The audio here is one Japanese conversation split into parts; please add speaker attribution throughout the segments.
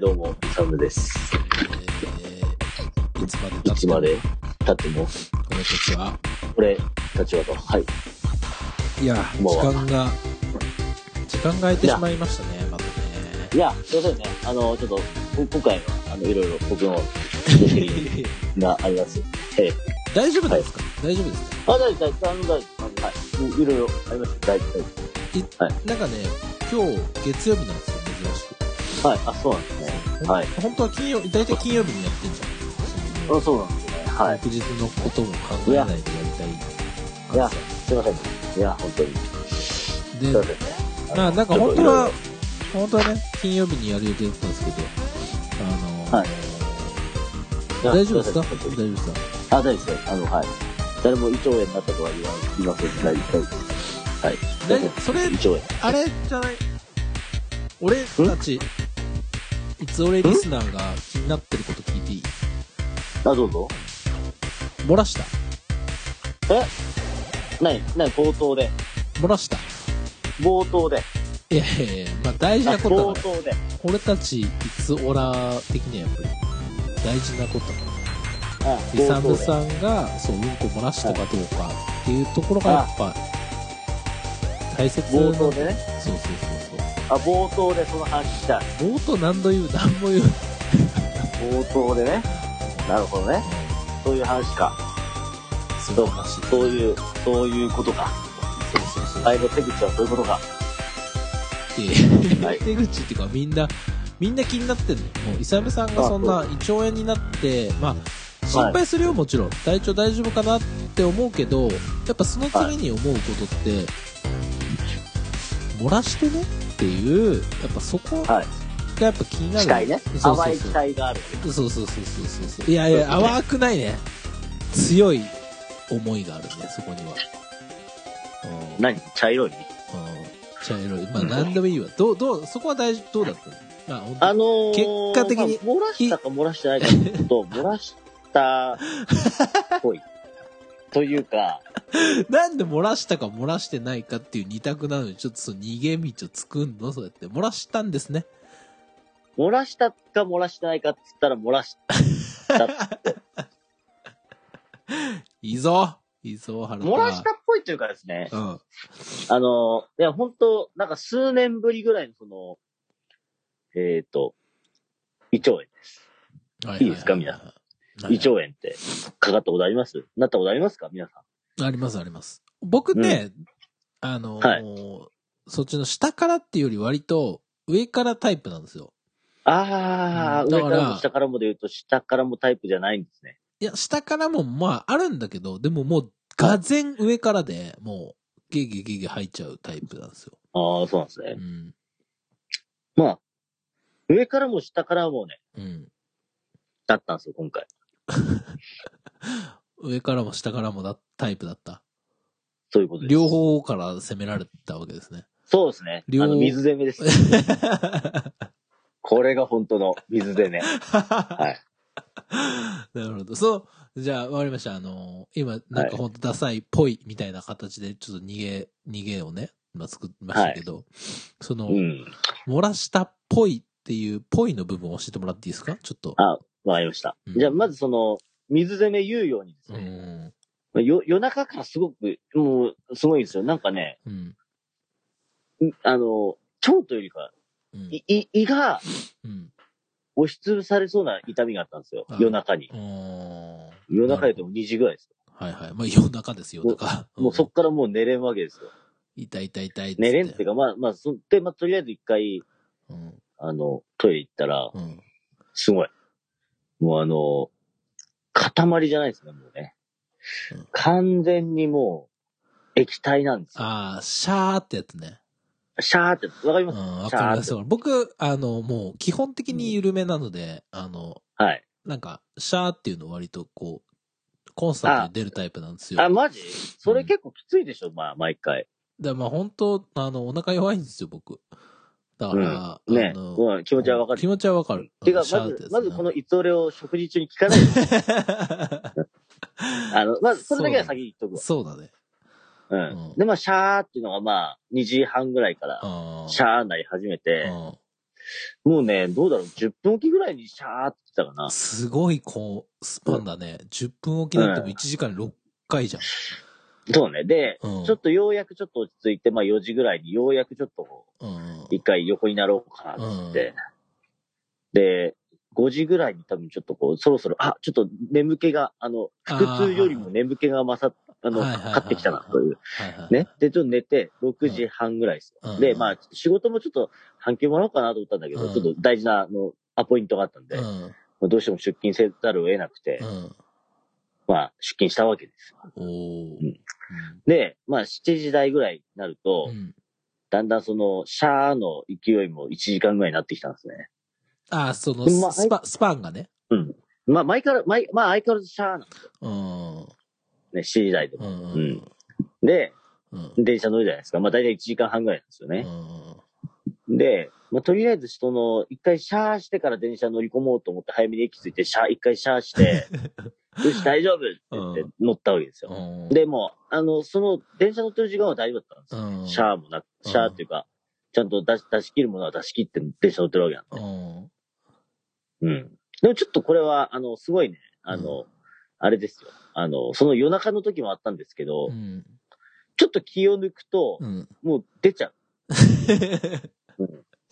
Speaker 1: どうも、サムです。
Speaker 2: えー、いつまで経っ
Speaker 1: い
Speaker 2: て
Speaker 1: つ
Speaker 2: も
Speaker 1: まで経っても、
Speaker 2: 俺たちは、
Speaker 1: 俺、立場と、はい。
Speaker 2: いや、
Speaker 1: もう
Speaker 2: 時間が、時間が空いてしまいましたね、また ね。
Speaker 1: いや、そうだよね。あの、ちょっと、こ今回は、あの、いろいろ僕のレフェリングがあります。 ええ。
Speaker 2: 大丈夫ですか、大丈夫ですか
Speaker 1: あ、大丈夫、大丈夫、あの大丈夫。あのはい。いいろいろあります。大丈夫、大丈
Speaker 2: なんかね、今日、月曜日なんですよ、珍し
Speaker 1: 夫。はい。あ、そうなんですね。
Speaker 2: く。
Speaker 1: はい。
Speaker 2: 本当は金曜、大体金曜日にやってんじゃん。
Speaker 1: あ、そうなんですね。はい。
Speaker 2: 翌日のことも考えないでやりたい
Speaker 1: い
Speaker 2: 感
Speaker 1: や
Speaker 2: じ
Speaker 1: すいません。いや、本当に。
Speaker 2: で
Speaker 1: そうですね。
Speaker 2: まあなんか
Speaker 1: ちょっ
Speaker 2: 本
Speaker 1: と
Speaker 2: 当は、本当はね、金曜日にやる予定だったんですけど、あの、
Speaker 1: はいいろいろ、
Speaker 2: 大丈夫ですか
Speaker 1: いや
Speaker 2: 大丈夫ですか
Speaker 1: あ、大丈夫ですあの、はい。誰も胃腸炎になったとは言わ言いません。大丈夫です。はい。
Speaker 2: 大丈夫それ
Speaker 1: 胃腸炎。
Speaker 2: あれじゃない俺たち、いつ俺リスナーが気になってること聞いていい
Speaker 1: あ、どうぞ。
Speaker 2: 漏らした
Speaker 1: えない、ない、冒頭で。
Speaker 2: 漏らした
Speaker 1: 冒頭で。
Speaker 2: いやいやいや、まあ大事
Speaker 1: あ
Speaker 2: なこと
Speaker 1: 冒
Speaker 2: だから。
Speaker 1: 頭で。
Speaker 2: 俺たち、いつオラ的にはやっぱり、大事なこと。
Speaker 1: あ
Speaker 2: イサ
Speaker 1: 冒頭
Speaker 2: ム
Speaker 1: で。
Speaker 2: さんが、そう、うんこ漏らしたかどうかっていうところがやっぱ、大切な。
Speaker 1: 冒
Speaker 2: そう
Speaker 1: 頭でね。
Speaker 2: そうそう
Speaker 1: あ、冒頭でその話した。
Speaker 2: そう。冒頭何度言う、何も言う。
Speaker 1: 冒頭でね。なるほどね。そういう話か。
Speaker 2: そういう話。そう
Speaker 1: そういう、そういうことか。
Speaker 2: そうそう。
Speaker 1: ライブ手口はそういうことか。
Speaker 2: っ
Speaker 1: はい
Speaker 2: て、出口っていうかみんな、みんな気になってんのよ。もう、イサムさんがそんな胃腸炎になって、まあ、心配するよ、もちろん。体調大丈夫かなって思うけど、やっぱその次に思うことって、漏らしてねっていう、やっぱそこが
Speaker 1: はい
Speaker 2: やっぱ気になる。
Speaker 1: 期待ね。
Speaker 2: そうそう
Speaker 1: 淡
Speaker 2: そう
Speaker 1: い期待がある。
Speaker 2: そうそうそうそうそうそう。いやいや、淡くないね。強い思いがあるね、そこには。うん
Speaker 1: 何茶色い
Speaker 2: うん茶色い。まあ、なんでもいいわ。どう、どう、そこは大事、どうだったのまあ、本当
Speaker 1: あ
Speaker 2: に
Speaker 1: のー、
Speaker 2: 結果的に
Speaker 1: まあ漏らしたか漏らしてないかっていうと、漏らしたっぽい。というか、
Speaker 2: なんで漏らしたか漏らしてないかっていう二択なのに、ちょっとその逃げ道を作んのそうやって。漏らしたんですね。
Speaker 1: 漏らしたか漏らしてないかって言ったら漏らし
Speaker 2: いいぞいいぞ、原田。
Speaker 1: 漏らしたっぽいというかですね、
Speaker 2: うん。
Speaker 1: あの、いや、本当なんか数年ぶりぐらいのその、えっ、と、胃腸炎。
Speaker 2: はい
Speaker 1: いいですか皆
Speaker 2: さ
Speaker 1: 胃腸炎ってかかったことありますなったことありますか皆さ
Speaker 2: あります、あります。僕ね、あのー
Speaker 1: は
Speaker 2: そっちの下からっていうより割と上からタイプなんですよ。
Speaker 1: ん。ああ、
Speaker 2: うんだ
Speaker 1: 上
Speaker 2: から
Speaker 1: からも下からもで言うと、下からもタイプじゃないんですね。
Speaker 2: いや、下からもまああるんだけど、でももう、がぜん上からで、もう、ゲゲゲゲ入っちゃうタイプなんですよ。
Speaker 1: ああ、そうなんです
Speaker 2: う
Speaker 1: ね。
Speaker 2: ん。
Speaker 1: まあ、上からも下からもね、
Speaker 2: うん。
Speaker 1: だったんですよ、今回。
Speaker 2: 上からも下からもだタイプだった。
Speaker 1: そういうことです。
Speaker 2: 両。方から攻められたわけですね。
Speaker 1: そうですね。
Speaker 2: 両
Speaker 1: あの、水攻め です。これが本当の水攻め。はい。
Speaker 2: なるほど。そう。じゃあ、わかりました。あのー今、なんかほんとダサいっぽいみたいな形で、ちょっと逃げ、逃げをね、今作りましたけど、その、
Speaker 1: うん。
Speaker 2: 漏らしたっぽいっていう、ぽいの部分を教えてもらっていいですかちょっと。
Speaker 1: わかりました。
Speaker 2: うん
Speaker 1: じゃあ、まずその、水攻め言うようにです
Speaker 2: う
Speaker 1: ね、
Speaker 2: ん。
Speaker 1: よ夜中からすごく、もう、すごいんですよ。なんかね、
Speaker 2: うん。
Speaker 1: んあの、腸というよりか、
Speaker 2: うん
Speaker 1: いい胃が
Speaker 2: うん。
Speaker 1: 押しつぶされそうな痛みがあったんですよ
Speaker 2: あ。
Speaker 1: 夜中に。
Speaker 2: おー
Speaker 1: 夜中でも2時ぐらいです
Speaker 2: はいはい。まあ夜中ですよ、夜中。
Speaker 1: よ。もうそっからもう寝れんわけです
Speaker 2: う
Speaker 1: よ。
Speaker 2: ん痛い痛い痛いっつって。
Speaker 1: 寝れんっていうか、まあ、まあ、そで、まあ、とりあえず一回、
Speaker 2: うん。
Speaker 1: あの、トイレ行ったら、
Speaker 2: うん。
Speaker 1: すごい。もうあの、塊じゃないですね、もうね
Speaker 2: うん。
Speaker 1: 完全にもう、液体なんですよ。
Speaker 2: ああ、シャーってやつね。
Speaker 1: シャーって、わかり
Speaker 2: う
Speaker 1: ます
Speaker 2: ん、わ
Speaker 1: シャー
Speaker 2: かりま
Speaker 1: っ
Speaker 2: す
Speaker 1: て。
Speaker 2: 僕、あの、もう基本的に緩めなので、あの、
Speaker 1: はい。
Speaker 2: なんか、シャーっていうの割とこう、コンスタントに出るタイプなんですよ。
Speaker 1: あ、マジそれ結構きついでしょ、まあ、毎回。
Speaker 2: で、まあ本当あの、お腹弱いんですよ、僕。だから、
Speaker 1: ね
Speaker 2: あ、の、
Speaker 1: うん、気持ちはわかる。
Speaker 2: 気持ちはわかる。
Speaker 1: てか、ま
Speaker 2: シャーって
Speaker 1: ず
Speaker 2: や、つね
Speaker 1: まずこの、いつ俺を食事中に聞かないで。あの、まず、それだけは先に言っと
Speaker 2: そうだね。
Speaker 1: くわ。
Speaker 2: うん
Speaker 1: うん。で、まあ、シャーっていうのが、まあ、2時半ぐらいから、
Speaker 2: あー
Speaker 1: シャーになり始めて、
Speaker 2: う
Speaker 1: もうね、どうだろう、10分おきぐらいにシャーって言ってたかな。
Speaker 2: すごい、こう、スパンだね。10分おきだっても1時間に6回じゃん。
Speaker 1: そうね。で、
Speaker 2: うん
Speaker 1: ちょっとようやくちょっと落ち着いて、まあ4時ぐらいにようやくちょっとこう
Speaker 2: うん。
Speaker 1: 一回横になろうかなって言って、で、5時ぐらいに多分ちょっとこう、そろそろ、あ、ちょっと眠気が、あの、腹痛よりも眠気が勝っ、あの、
Speaker 2: はいはいはいはい
Speaker 1: 勝ってきたなという。
Speaker 2: はいはい。
Speaker 1: ね。で、ちょっと寝て、6時半ぐらいですよ。
Speaker 2: うん
Speaker 1: で、まあ、仕事もちょっと、半休もらおうかなと思ったんだけど、
Speaker 2: うん
Speaker 1: ちょっと大事な、あの、アポイントがあったんで、
Speaker 2: う
Speaker 1: ま
Speaker 2: ん。
Speaker 1: あどうしても出勤せざるを得なくて、
Speaker 2: うん。
Speaker 1: まあ、出勤したわけですよ。
Speaker 2: おー
Speaker 1: うんで、まあ、7時台ぐらいになると、
Speaker 2: うん。
Speaker 1: だんだんその、シャーの勢いも1時間ぐらいになってきたんですね。
Speaker 2: ああ、その
Speaker 1: まあ
Speaker 2: スパ、スパンがね。
Speaker 1: うん。まあ、前から、前、まあ、相変わらずシャーなんです
Speaker 2: うん。うん。
Speaker 1: ね、7時台で
Speaker 2: う
Speaker 1: も。
Speaker 2: ん。
Speaker 1: で、
Speaker 2: うん。
Speaker 1: 電車乗るじゃないですか。まあ、大体1時間半ぐらいなんですよね。で、まあ、とりあえず、その、一回シャーしてから電車乗り込もうと思って、早めに駅着いて、シャー、一回シャー して、よし、大丈夫って言って乗ったわけですよ。
Speaker 2: うん。
Speaker 1: でも、あの、その、電車乗ってる時間は大丈夫だったんです
Speaker 2: う
Speaker 1: よ。
Speaker 2: ん。
Speaker 1: シャーもなく、シャーっていうか、ちゃんと出し出し切るものは出し切って電車乗ってるわけなんで。
Speaker 2: うん。
Speaker 1: うん。でもちょっとこれは、あの、すごいね、あの、あれですよ。あの、その夜中の時もあったんですけど、
Speaker 2: うん。
Speaker 1: ちょっと気を抜くと、
Speaker 2: うん。
Speaker 1: もう出ちゃう。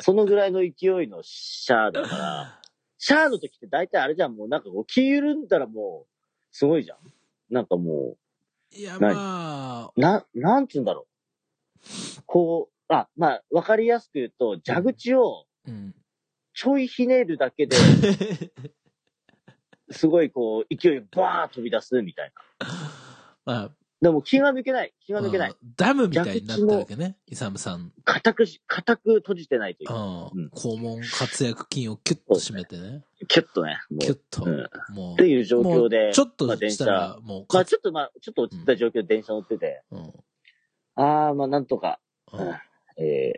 Speaker 1: そのぐらいの勢いのシャア だから、シャアの時って大体あれじゃん、もうなんかこう気緩んだらもう、すごいじゃん。なんかも
Speaker 2: いや、
Speaker 1: ない
Speaker 2: まあ、
Speaker 1: う、な、なんつうんだろう。こう、あ、まあ、わかりやすく言うと、蛇口を
Speaker 2: うん。
Speaker 1: ちょいひねるだけで、すごいこう、勢いがバーッ飛び出すみたいな。
Speaker 2: まあ、
Speaker 1: でも気が抜けない。気が抜けない。
Speaker 2: うんダムみたいになったわけね、イサムさん。
Speaker 1: 固くし、固く閉じてないという
Speaker 2: う
Speaker 1: か、
Speaker 2: ん。肛門活躍筋をキュッと締めてね。
Speaker 1: キュッとね、も
Speaker 2: キュ
Speaker 1: う、
Speaker 2: ッと
Speaker 1: う。ん、っ
Speaker 2: も
Speaker 1: ていう状
Speaker 2: う、も
Speaker 1: 況
Speaker 2: う
Speaker 1: で、
Speaker 2: ちょっ
Speaker 1: ま
Speaker 2: と
Speaker 1: あ電
Speaker 2: し
Speaker 1: 車
Speaker 2: たら、もう
Speaker 1: まあ
Speaker 2: 勝つ
Speaker 1: ちょっとまあ、ちょっと落ち着いた状況で電車乗ってて、
Speaker 2: うん
Speaker 1: ああ、まあなんとか、
Speaker 2: うん
Speaker 1: え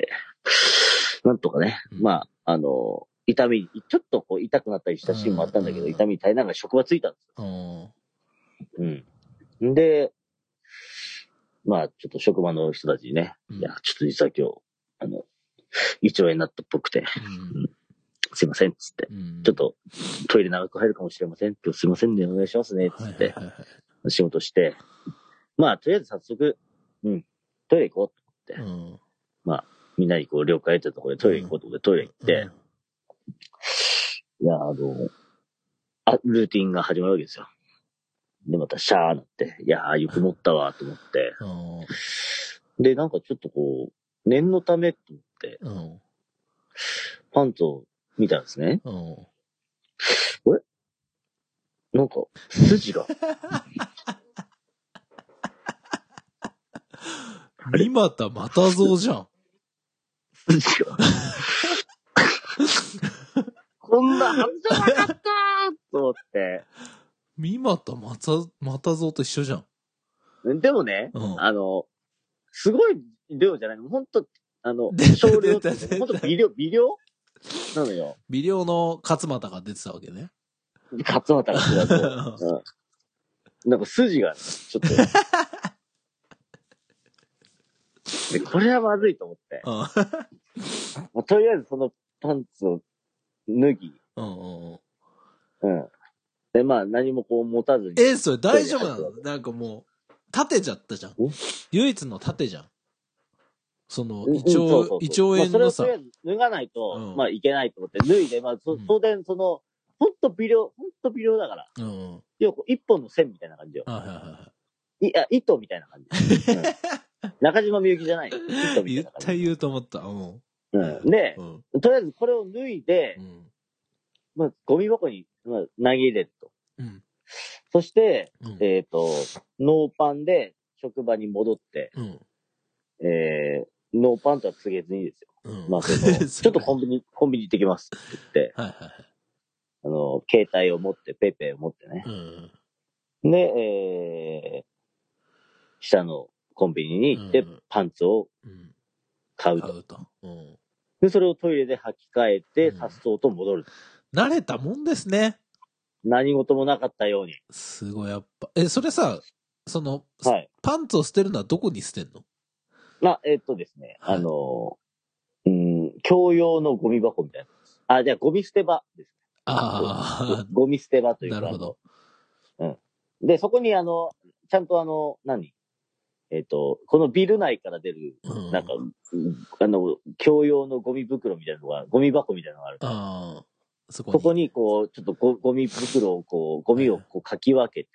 Speaker 1: ー、なんとかね、
Speaker 2: うん
Speaker 1: まあ、あの、痛み、ちょっとこう痛くなったりしたシーンもあったんだけど、
Speaker 2: うん
Speaker 1: 痛みに耐えながら職場ついたんで
Speaker 2: うん。
Speaker 1: すよ。うん。で、まあちょっと職場の人たちにね、
Speaker 2: うん
Speaker 1: いや、ちょっと実は今日、あの、胃腸炎になったっぽくて、すいません、つって。
Speaker 2: うん
Speaker 1: ちょっ、とトイレ長く入るかもしれません。今日すいませんね、お願いしますね、つ
Speaker 2: はい
Speaker 1: っ
Speaker 2: はい
Speaker 1: て
Speaker 2: はいは
Speaker 1: 仕事して。まあ、とりあえず早速、うん、トイレ行こう。
Speaker 2: い。うん
Speaker 1: みんなにこう了解得たところでトイレ行こうと思ってトイレ行って、、いや、あの、あ、ルーティンが始まるわけですよ。で、またシャーなって、いやー、よく持ったわ、と思って。
Speaker 2: うん。
Speaker 1: で、なんかちょっとこう、念のためと思って、
Speaker 2: うん。
Speaker 1: パンツを見たんですね。
Speaker 2: うん。
Speaker 1: なんか、筋が、
Speaker 2: 三股又蔵じゃん。
Speaker 1: 筋が。こんなはずじゃなかったーと思って。
Speaker 2: 三股又又蔵と一緒じゃん。
Speaker 1: でもね、
Speaker 2: うん
Speaker 1: あの、すごい量じゃないの。ほんと、あの
Speaker 2: 出、た
Speaker 1: 少量って
Speaker 2: 出た出、た
Speaker 1: ほんと微量、微量なのよ。
Speaker 2: 微量の勝俣が出てたわけね。
Speaker 1: 勝俣が違う
Speaker 2: う
Speaker 1: と。
Speaker 2: ん
Speaker 1: うんなんか筋が、ちょっ と。でこれはまずいと思って。もうとりあえずそのパンツを脱ぎ。
Speaker 2: うんうんうん。
Speaker 1: うん。で、まあ何もこう持たずに。
Speaker 2: え、それ大丈夫なのなんかもう、立てちゃったじゃん
Speaker 1: お。
Speaker 2: 唯一の縦じゃん。その、
Speaker 1: うん
Speaker 2: 胃
Speaker 1: うんそう
Speaker 2: 腸
Speaker 1: そう、
Speaker 2: 胃
Speaker 1: そう
Speaker 2: 腸炎のさ
Speaker 1: まあ、それをとりあえず脱がないと、
Speaker 2: うん
Speaker 1: まあいけないと思って、脱いで、まあそ
Speaker 2: うん
Speaker 1: 当然その、ほんと微量、ほんと微量だから。
Speaker 2: うんうん。
Speaker 1: 要はこう一本の線みたいな感じよ。
Speaker 2: はいはいはい
Speaker 1: あ、糸みたいな感 じ。うん中島みゆきじゃない。糸
Speaker 2: い。
Speaker 1: みたい
Speaker 2: 絶
Speaker 1: な感
Speaker 2: 対
Speaker 1: じ。
Speaker 2: 言うと思った。うん。
Speaker 1: うん、で
Speaker 2: う、ん。
Speaker 1: とりあえずこれを脱いで
Speaker 2: う、ん。
Speaker 1: まあ、ゴミ箱に、まあ、投げ入れると。
Speaker 2: うん。
Speaker 1: そして、
Speaker 2: うん
Speaker 1: えっ、と、ノーパンで職場に戻って、
Speaker 2: うん。
Speaker 1: えー、ノーパンとは告げずにですよ。
Speaker 2: うん。
Speaker 1: まあ、そのちょっとコンビニ、コンビニ行ってきますって言って、
Speaker 2: はいはいはい。
Speaker 1: あの、携帯を持って、ペイペイを持ってね。
Speaker 2: うん。
Speaker 1: で、えー、下のコンビニに行って
Speaker 2: うんうん、
Speaker 1: パンツを
Speaker 2: うん。
Speaker 1: 買う
Speaker 2: 買
Speaker 1: と。
Speaker 2: うと。うん。
Speaker 1: で、それをトイレで履き替えて、
Speaker 2: うん
Speaker 1: 颯爽と戻る。
Speaker 2: 慣れたもんですね。
Speaker 1: 何事もなかったように。
Speaker 2: すごい、やっぱ。え、それさ、その、
Speaker 1: はい。
Speaker 2: パンツを捨てるのはどこに捨てんの
Speaker 1: まあ、えっとですね、
Speaker 2: はい
Speaker 1: あの、うん、共用のゴミ箱みたいな。あ、じゃあゴミ捨て場です。
Speaker 2: ああ、
Speaker 1: ゴミ捨て場 というか。
Speaker 2: なるほど。
Speaker 1: で、そこにあの、ちゃんとあの、何えっ、と、このビル内から出る、
Speaker 2: うん
Speaker 1: なんか、あの、共用のゴミ袋みたいなのが、ゴミ箱みたいなのがある。
Speaker 2: ああ、そこに。
Speaker 1: そこにこう、ちょっとゴゴミ袋をこう、ゴミをこうかき分け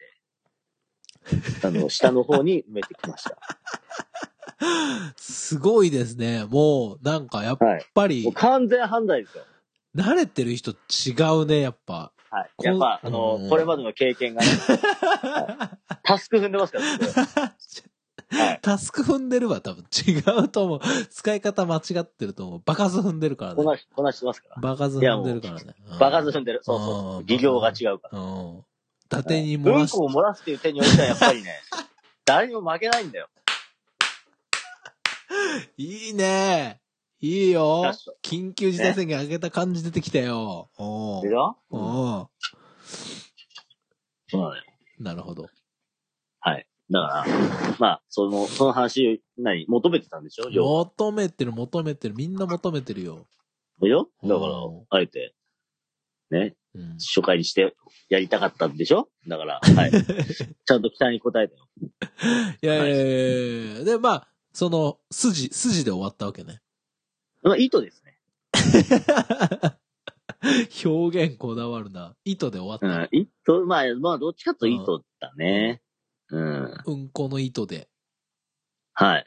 Speaker 1: て、あの、下の方に埋めてきました。
Speaker 2: すごいですね。もう、なんかやっ
Speaker 1: はい。
Speaker 2: ぱ
Speaker 1: もう
Speaker 2: り、
Speaker 1: 完全犯罪ですよ。
Speaker 2: 慣れてる人違うね、やっぱ。
Speaker 1: はい。
Speaker 2: こ
Speaker 1: やっぱ、あの
Speaker 2: うん、
Speaker 1: これまでの経験 がね、はいタスク踏んでますから、僕はい。
Speaker 2: タスク踏んでるわ、多分。違うと思う。使い方間違ってると思う。バカ数踏んでるから
Speaker 1: こ
Speaker 2: ね。
Speaker 1: なし、こなしてますから。
Speaker 2: バカ数踏んでるからね。うん
Speaker 1: バカず踏んでる。そうそ
Speaker 2: う
Speaker 1: うそ
Speaker 2: ん
Speaker 1: う。技量が違うから。
Speaker 2: うん。伊達に漏
Speaker 1: う
Speaker 2: ら
Speaker 1: ん
Speaker 2: し
Speaker 1: こを漏らすっていう手においては、やっぱ りね、誰にも負けないんだよ。
Speaker 2: いいねいいよ
Speaker 1: 出し
Speaker 2: 緊急事態宣言上げた感じ出てきたよ。お
Speaker 1: で
Speaker 2: う
Speaker 1: しょうん
Speaker 2: お
Speaker 1: そうなのよ。
Speaker 2: うなるほど。
Speaker 1: はい。だから、まあ、その、その話、何、求めてたんでしょ要は
Speaker 2: 求めてる、求めてる。みんな求めてるよ。
Speaker 1: でしょだか
Speaker 2: うん
Speaker 1: ら、あえて、ね、
Speaker 2: うん。
Speaker 1: 初回にしてやりたかったんでしょだから、 はい。ちゃんと期待に応えてよ。
Speaker 2: いやいやいやいやいやで、まあ、その、筋、筋で終わったわけね。
Speaker 1: まあ、意図ですね。
Speaker 2: 表現こだわるな。糸で終
Speaker 1: う
Speaker 2: わっ
Speaker 1: ん。意図、まあ、まあ、どっちかというと意図だね。うん。
Speaker 2: た。うんこの糸で
Speaker 1: はい。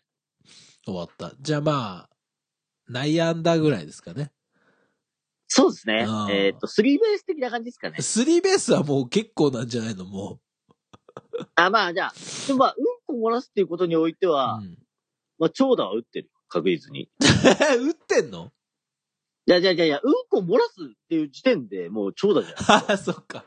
Speaker 2: 終わった。じゃあまあ、悩んだぐらいですかね。
Speaker 1: そうですね
Speaker 2: うん。
Speaker 1: えっと、スリーベース的な感じですかね。
Speaker 2: スリーベースはもう結構なんじゃないのも
Speaker 1: あ、まあ、じゃあ、でもまあ、うんこ漏らすっていうことにおいて
Speaker 2: う。
Speaker 1: は、
Speaker 2: うん
Speaker 1: まあ、長打は打ってる。確実に。
Speaker 2: 打ってんの
Speaker 1: いやいやいやいや、うんこ漏らすっていう時点でもう長打じゃ
Speaker 2: ああ、そっか。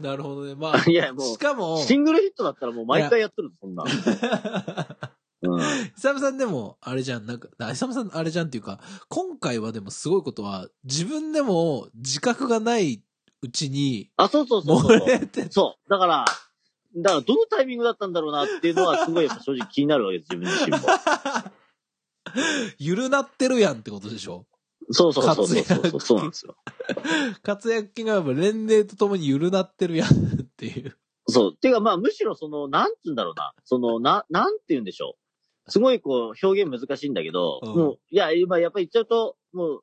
Speaker 1: ん。
Speaker 2: なるほどね。まあ、
Speaker 1: いやもう
Speaker 2: しか
Speaker 1: う
Speaker 2: も
Speaker 1: ん。、 シングルヒットだったらもう毎回やってるぞ、そんな。うん。
Speaker 2: 久々さんでも、あれじゃん、なんか、あ久々さんあれじゃんっていうか、今回はでもすごいことは、自分でも自覚がないうちに、
Speaker 1: あ、そうそうそう
Speaker 2: 漏
Speaker 1: そうそう。
Speaker 2: れて、
Speaker 1: そう。だから、だからどのタイミングだったんだろうなっていうのはすごいやっぱ正直気になるわけです、自分自身も。
Speaker 2: ゆるなってるやんってことでしょ
Speaker 1: そうそうそう
Speaker 2: 活
Speaker 1: そうそう。
Speaker 2: 躍
Speaker 1: そうなんですよ。
Speaker 2: 活躍期がやっぱ年齢とともにゆるなってるやん っていう。
Speaker 1: そう。てかまあむしろその、なんつうんだろうな。その、な、なんて言うんでしょう。すごいこう、表現難しいんだけど、
Speaker 2: うん
Speaker 1: もう、いや、今やっぱり言っちゃうと、も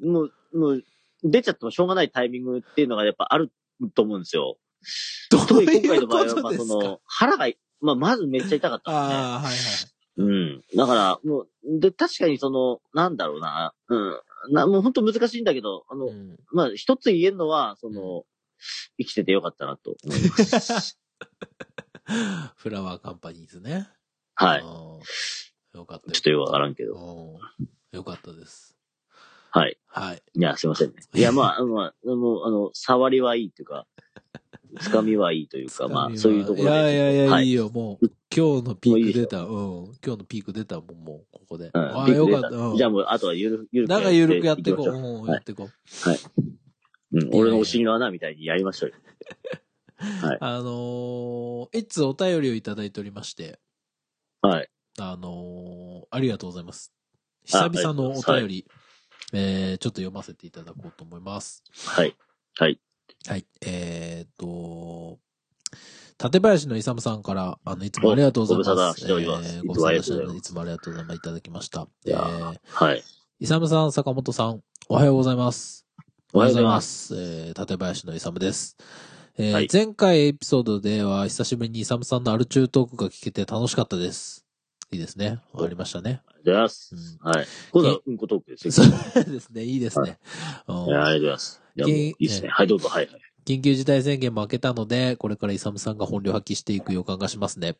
Speaker 1: う、もう、もう、出ちゃってもしょうがないタイミングっていうのがやっぱあると思うんですよ。
Speaker 2: ど
Speaker 1: 特
Speaker 2: う
Speaker 1: に今
Speaker 2: い
Speaker 1: 回
Speaker 2: う
Speaker 1: の
Speaker 2: こ
Speaker 1: 場合は、
Speaker 2: と
Speaker 1: まあ
Speaker 2: で
Speaker 1: そ
Speaker 2: すか
Speaker 1: の、腹が、まあまずめっちゃ痛かったんですね。
Speaker 2: ああ、はい
Speaker 1: うん。だから、もう、で、確かにその、なんだろうな、うん。な、もう本当難しいんだけど、あの、
Speaker 2: はい。うん
Speaker 1: まあ、一つ言えるのは、その、生きててよかったなと思い ます。
Speaker 2: フラワーカンパニーズね。
Speaker 1: はい。ちょ
Speaker 2: い。よかった。
Speaker 1: っとよくわからんけど。
Speaker 2: うんよかったです。
Speaker 1: はい。
Speaker 2: はい。
Speaker 1: いや、すいませんね。いや、まあ、 まあ、もう、あの、触りはいいというか、つかみはいいというか、まあ、そういうところで。
Speaker 2: いやいやいや、、
Speaker 1: はいい
Speaker 2: いよ、もう。今日のピーク出た。うん。今日のピーク出たもん、もう、ここで。
Speaker 1: うん
Speaker 2: ああ、
Speaker 1: ビッ
Speaker 2: よ
Speaker 1: グデ
Speaker 2: か
Speaker 1: ー
Speaker 2: った。
Speaker 1: タ
Speaker 2: うん。
Speaker 1: じゃあもう、あとはゆる、ゆるく
Speaker 2: なんか緩くやってい
Speaker 1: いき
Speaker 2: こ
Speaker 1: ま
Speaker 2: う。う
Speaker 1: しょ
Speaker 2: ん、
Speaker 1: はい
Speaker 2: やっていこう。
Speaker 1: う。うん。俺のお尻の穴みたいにやりましょうよ。
Speaker 2: あのー、いつお便りをいただいておりまして、
Speaker 1: はい。
Speaker 2: あのー、ありがとうございます。久々のお
Speaker 1: あ
Speaker 2: 便
Speaker 1: り
Speaker 2: り、えー、ちょっと読ませていただこうと思います。
Speaker 1: はい。
Speaker 2: はい。えー、っと、館林のイサムさんから、あの、いつもありがとうございます。
Speaker 1: ご無沙汰しております
Speaker 2: えーご無沙汰しており
Speaker 1: いつもありがとうござ
Speaker 2: ま。いつもありがとうござい
Speaker 1: いますす
Speaker 2: ます。いただきました。
Speaker 1: い
Speaker 2: え
Speaker 1: や
Speaker 2: ー
Speaker 1: ー、はい。
Speaker 2: イサムさん、坂本さん、おはようございます。。
Speaker 1: おはようございます
Speaker 2: えー、館林のイサムです。えー
Speaker 1: はい
Speaker 2: 前回エピソードでは、久しぶりにイサムさんのアル中トークが聞けて楽しかったです。いいですね。終わりましたね。
Speaker 1: ありがとうございます。はい。今度はうんこトークです
Speaker 2: そ
Speaker 1: ね。
Speaker 2: うですね。いいですね。うん
Speaker 1: いやありがとうございます。いや、もういいですね。はい、どうぞ、はい、はい。
Speaker 2: 緊急事態宣言も明けたので、これからイサムさんが本領発揮していく予感がしますね。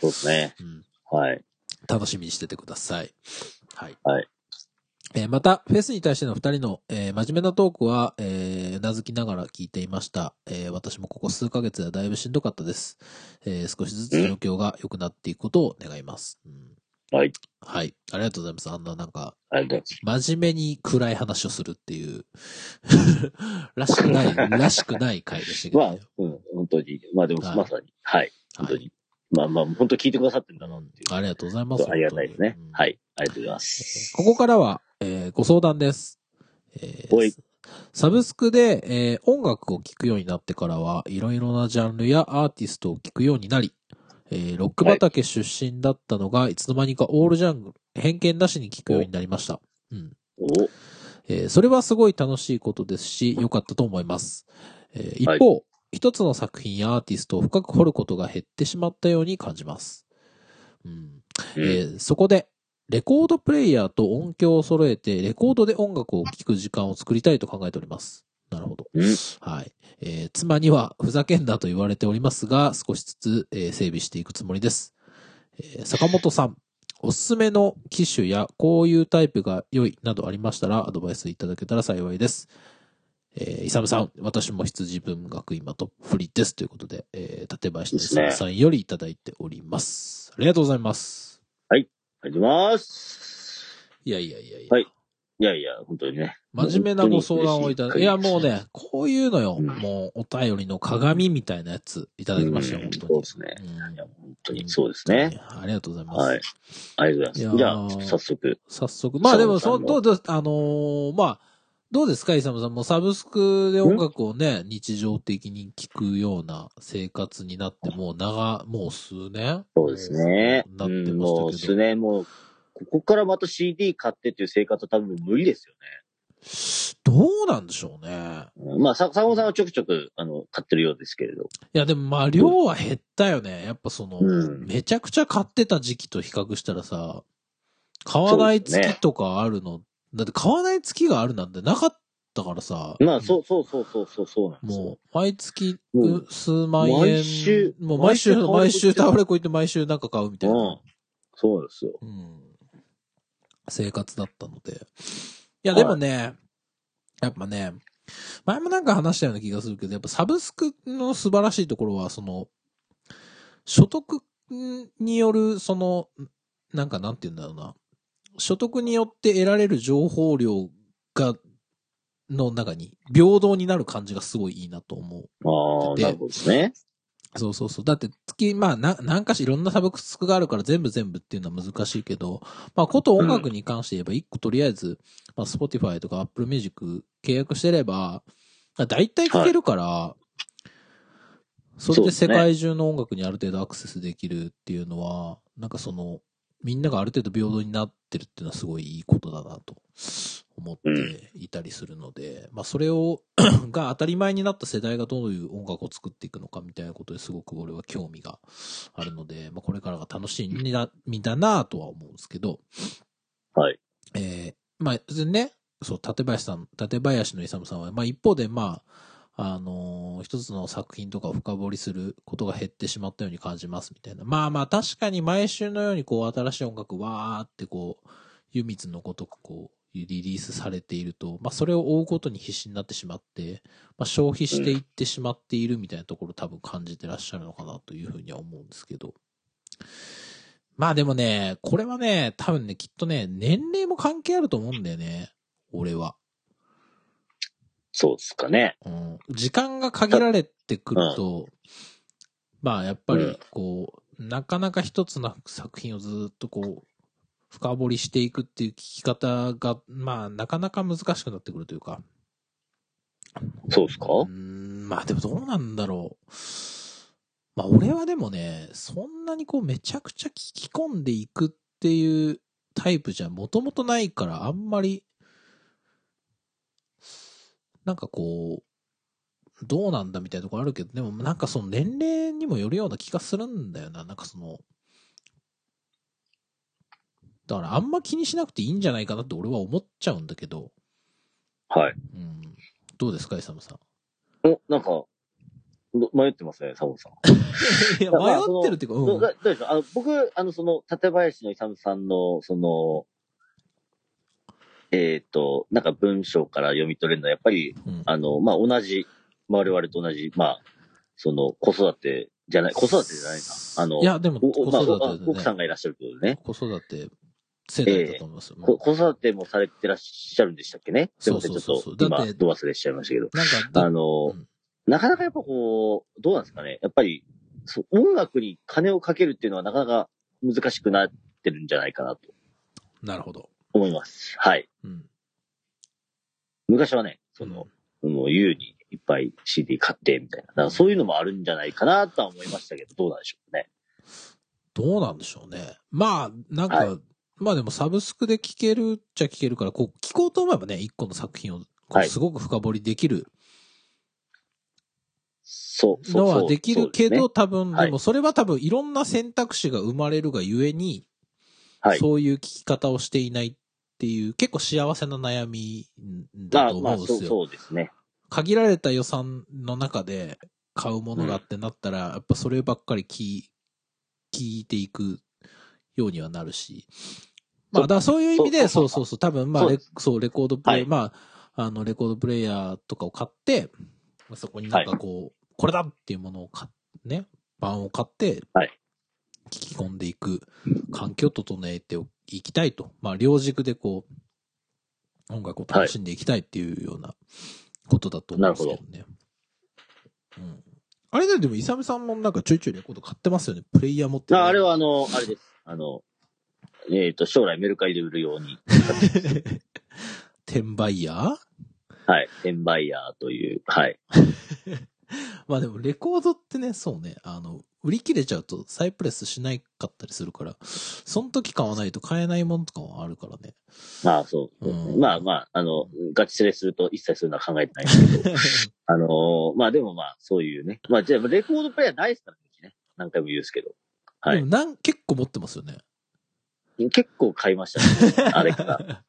Speaker 1: そうですね。
Speaker 2: うん。
Speaker 1: はい。
Speaker 2: 楽しみにしててください。はい。
Speaker 1: はい
Speaker 2: えーまた、フェスに対しての二人の、えー真面目なトークは、えー、うなずきながら聞いていました。えー私もここ数ヶ月ではだいぶしんどかったです。えー少しずつ状況が良くなっていくことを願います。うん
Speaker 1: はい。
Speaker 2: はい。ありがとうございます。あんななんか、
Speaker 1: ありがとうございます。
Speaker 2: 真面目に暗い話をするっていう、 らしくない、らしくない回でしたけ
Speaker 1: ま
Speaker 2: ど
Speaker 1: あ
Speaker 2: ね。、
Speaker 1: うん、本当に。まあでも、
Speaker 2: はい
Speaker 1: まさに。はい。本
Speaker 2: は
Speaker 1: 当
Speaker 2: い。
Speaker 1: に。まあまあ、本当聞いてくださってんだなっていう。
Speaker 2: ありがとうございま
Speaker 1: ちょっ
Speaker 2: す。
Speaker 1: とありがたいですね
Speaker 2: 本当。に
Speaker 1: はい。ありがとうございます。
Speaker 2: ここからは、えーご相談です。えー
Speaker 1: おい
Speaker 2: サブスクで、えー音楽を聴くようになってからは、いろいろなジャンルやアーティストを聴くようになり、えーロック畑出身だったのが、いつの間にかオールジャンル、偏見なしに聴くようになりました。うん。
Speaker 1: お、
Speaker 2: えーそれはすごい楽しいことですし、良かったと思います。えー一方、一つの作品やアーティストを深く掘ることが減ってしまったように感じます。うん
Speaker 1: う
Speaker 2: え
Speaker 1: ん
Speaker 2: ーそこで、レコードプレイヤーと音響を揃えて、レコードで音楽を聴く時間を作りたいと考えております。なるほど。
Speaker 1: うん
Speaker 2: はい。えー妻にはふざけんなと言われておりますが、少しずつ、えー整備していくつもりです。えー坂本さん、おすすめの機種やこういうタイプが良いなどありましたら、アドバイスいただけたら幸いです。えー、イサムさん、私も羊文学今トップリですということで、えー、縦林のイサムさんよりいただいております。ありがとうございます。
Speaker 1: ありがとうございます。
Speaker 2: いやいやいやいや。
Speaker 1: はいいやいや、本当にね。
Speaker 2: 真面目なご相談をいただい
Speaker 1: 本当
Speaker 2: て。
Speaker 1: に
Speaker 2: いや、もうね、こういうのよ。
Speaker 1: うん
Speaker 2: もう、お便りの鏡みたいなやつ、いただきましたよ、
Speaker 1: うん
Speaker 2: 本当
Speaker 1: そう
Speaker 2: に。
Speaker 1: ですね。
Speaker 2: うん
Speaker 1: いや、本当にそうですね。。
Speaker 2: ありがとうございます。
Speaker 1: はい。ありがとうございます。
Speaker 2: い
Speaker 1: じ
Speaker 2: や
Speaker 1: ゃ
Speaker 2: ー
Speaker 1: あ、ちょっと早速。
Speaker 2: 早速。まあでも、
Speaker 1: サ
Speaker 2: そ
Speaker 1: ムさん
Speaker 2: の
Speaker 1: の
Speaker 2: どうどう、あのーまあ、どうですか、イサムさん。もうサブスクで音楽をね、日常的に聴くような生活になって、もう長、もう数年
Speaker 1: そうですね。
Speaker 2: な
Speaker 1: う
Speaker 2: ってましたけど。
Speaker 1: ん、もう数年、もう、ここからまた CD 買ってっていう生活は多分無理ですよ
Speaker 2: どうなんでしょうね。
Speaker 1: ね。うんまあ、さ坂本さんはちょくちょく、あの、買ってるようですけれど。
Speaker 2: いや、でもまあ、量は減ったよね。やっぱその、
Speaker 1: うん
Speaker 2: めちゃくちゃ買ってた時期と比較したらさ、買わない月とかあるの、だって買わない月があるなんてなかったからさ。
Speaker 1: まあ、そうそうそうそうそうそうなんです
Speaker 2: も
Speaker 1: よ。
Speaker 2: う、毎月
Speaker 1: もう、
Speaker 2: 数万円。
Speaker 1: 毎週
Speaker 2: もう毎週、毎
Speaker 1: 毎
Speaker 2: 週
Speaker 1: 週
Speaker 2: タ
Speaker 1: タ
Speaker 2: ワ
Speaker 1: ワ
Speaker 2: レコ行って毎週なんか買うみたい
Speaker 1: うん
Speaker 2: な。。
Speaker 1: そうなんですよ。
Speaker 2: うん。生活だったので。いや、でもね、やっぱね、前もなんか話したような気がするけど、やっぱサブスクの素晴らしいところは、その、所得による、その、なんかなんて言うんだろうな。所得によって得られる情報量が、の中に、平等になる感じがすごいいいなと思う。
Speaker 1: ああ、
Speaker 2: で
Speaker 1: なるほどですね。
Speaker 2: そうそうそう。だって月、まあ、な、なんかしいろんなサブスクがあるから全部全部っていうのは難しいけど、まあ、こと音楽に関して言えば、一個とりあえず、まあ、Spotify とか Apple Music 契約してれば、だいたい聴けるから、それで世界中の音楽にある程度アクセスできるっていうのは、なんかその、みんながある程度平等になってるっていうのはすごいいいことだなと思っていたりするので、まあそれを、 が当たり前になった世代がどういう音楽を作っていくのかみたいなことですごく俺は興味があるので、まあこれからが楽しみだみだなとは思うんですけど、
Speaker 1: はい。
Speaker 2: えー、まあ、別にね、そう、館林さん、館林の勇さんは、まあ一方で、まあ、あのー一つの作品とかを深掘りすることが減ってしまったように感じますみたいな。まあまあ確かに毎週のようにこう新しい音楽わーってこう、湯水のごとくこう、リリースされていると、まあそれを追うことに必死になってしまって、まあ消費していってしまっているみたいなところ多分感じてらっしゃるのかなというふうには思うんですけど。まあでもね、これはね、多分ね、きっとね、年齢も関係あると思うんだよね。俺は。
Speaker 1: そうですかね。
Speaker 2: うん。時間が限られてくると、まあやっぱ
Speaker 1: う
Speaker 2: り
Speaker 1: ん、
Speaker 2: こう、なかなか一つの作品をずっとこう、深掘りしていくっていう聞き方が、まあなかなか難しくなってくるというか。
Speaker 1: そうですか
Speaker 2: うーん、まあでもどうなんだろう。まあ俺はでもね、そんなにこうめちゃくちゃ聞き込んでいくっていうタイプじゃもともとないからあんまり、なんかこう、どうなんだみたいなところあるけど、でもなんかその年齢にもよるような気がするんだよな。なんかその、だからあんま気にしなくていいんじゃないかなって俺は思っちゃうんだけど、
Speaker 1: はい。
Speaker 2: うん。どうですか、イサムさん。
Speaker 1: お、なんか、ど迷ってますね、サボさん。
Speaker 2: いや、
Speaker 1: まあ
Speaker 2: 迷ってるっていうか、
Speaker 1: ど
Speaker 2: う。
Speaker 1: うんどうですかあの僕、あの、その、館林の勇さんの、その、えっ、と、なんか文章から読み取れるのは、やっぱり、
Speaker 2: うん
Speaker 1: あの、まあ、同じ、我々と同じ、まあ、その、子育てじゃない、子育てじゃないな。あの、
Speaker 2: いや、でも、
Speaker 1: お
Speaker 2: 子
Speaker 1: おまあおあ
Speaker 2: 育て
Speaker 1: 奥さ
Speaker 2: で
Speaker 1: ん
Speaker 2: ね。
Speaker 1: がいらっしゃるということでね。
Speaker 2: 子育て世代だと思いますよ。
Speaker 1: こ子育てもされてらっしゃるんでしたっけねすいません、
Speaker 2: そ
Speaker 1: ち
Speaker 2: うそう
Speaker 1: ょっ
Speaker 2: そう
Speaker 1: と、
Speaker 2: だっ
Speaker 1: 今
Speaker 2: て、
Speaker 1: ど忘れしちゃいましたけど。
Speaker 2: なんか、
Speaker 1: あ
Speaker 2: だ
Speaker 1: の、
Speaker 2: うん
Speaker 1: なかなかやっぱこう、どうなんですかねやっぱり、そう音楽に金をかけるっていうのはなかなか難しくなってるんじゃないかなと
Speaker 2: なるほど。
Speaker 1: 思います。はい。
Speaker 2: うん。
Speaker 1: 昔はね、その、もう優にいっぱい CD 買って、みたいな。だからそういうのもあるんじゃないかなとは思いましたけど、どうなんでしょうね。
Speaker 2: どうなんでしょうね。まあ、なんか、
Speaker 1: は
Speaker 2: まあでもサブスクで聴けるっちゃ聴けるから、こう、聴こうと思えばね、一個の作品を、こ
Speaker 1: は
Speaker 2: う
Speaker 1: い
Speaker 2: すごく深掘りできる
Speaker 1: そう、そう。
Speaker 2: のは
Speaker 1: そう
Speaker 2: できるけど、、多分、
Speaker 1: はい
Speaker 2: でもそれは多分いろんな選択肢が生まれるがゆえに、
Speaker 1: はい
Speaker 2: そういう聞き方をしていないっていう、結構幸せな悩みだと
Speaker 1: ま
Speaker 2: 思
Speaker 1: あ、
Speaker 2: うん
Speaker 1: ま
Speaker 2: です
Speaker 1: あ、そ
Speaker 2: よ。
Speaker 1: うそうですね。
Speaker 2: 限られた予算の中で買うものがってなったら、やっぱそればっかり聞聞いていくようにはなるし。まあ、
Speaker 1: そう
Speaker 2: だからそういう意味で、そ
Speaker 1: そうう
Speaker 2: そ
Speaker 1: そうう
Speaker 2: そう、多分、まあ
Speaker 1: そう
Speaker 2: レ
Speaker 1: で
Speaker 2: そう、レコードプレイ、
Speaker 1: はい
Speaker 2: まあ、あの、レコードプレイヤーとかを買って、そこになんかこう、これだっていうものを買っね、版を買って、
Speaker 1: はい
Speaker 2: 聞き込んでいく環境を整えていきたいと。まあ、両軸でこう、音楽を楽しんでいきたいっていうようなことだと思うんですけどね。うん。あれだよでも、イサムさんもなんかちょいちょいレコード買ってますよね。プレイヤー持ってる
Speaker 1: ああれ。は、あの、あれです。あの、えっ、と、将来メルカリで売るように、
Speaker 2: 転売ヤー
Speaker 1: はい、転売ヤーという、はい。
Speaker 2: まあでも、レコードってね、そうね、あの、売り切れちゃうと再プレスしなかったりするから、その時買わないと買えないものとかもあるからね。
Speaker 1: まあ、そう。
Speaker 2: うん
Speaker 1: まあまあ、あの、ガチセレすると一切そういうのは考えてないで すけど、あのーまあでもまあ、そういうね。まあ、じゃあ、レコードプレイヤーないですからね、うちね。何回も言うんですけど。は
Speaker 2: で
Speaker 1: い
Speaker 2: も。なん結構持ってますよね。
Speaker 1: 結構買いま したね。あれから、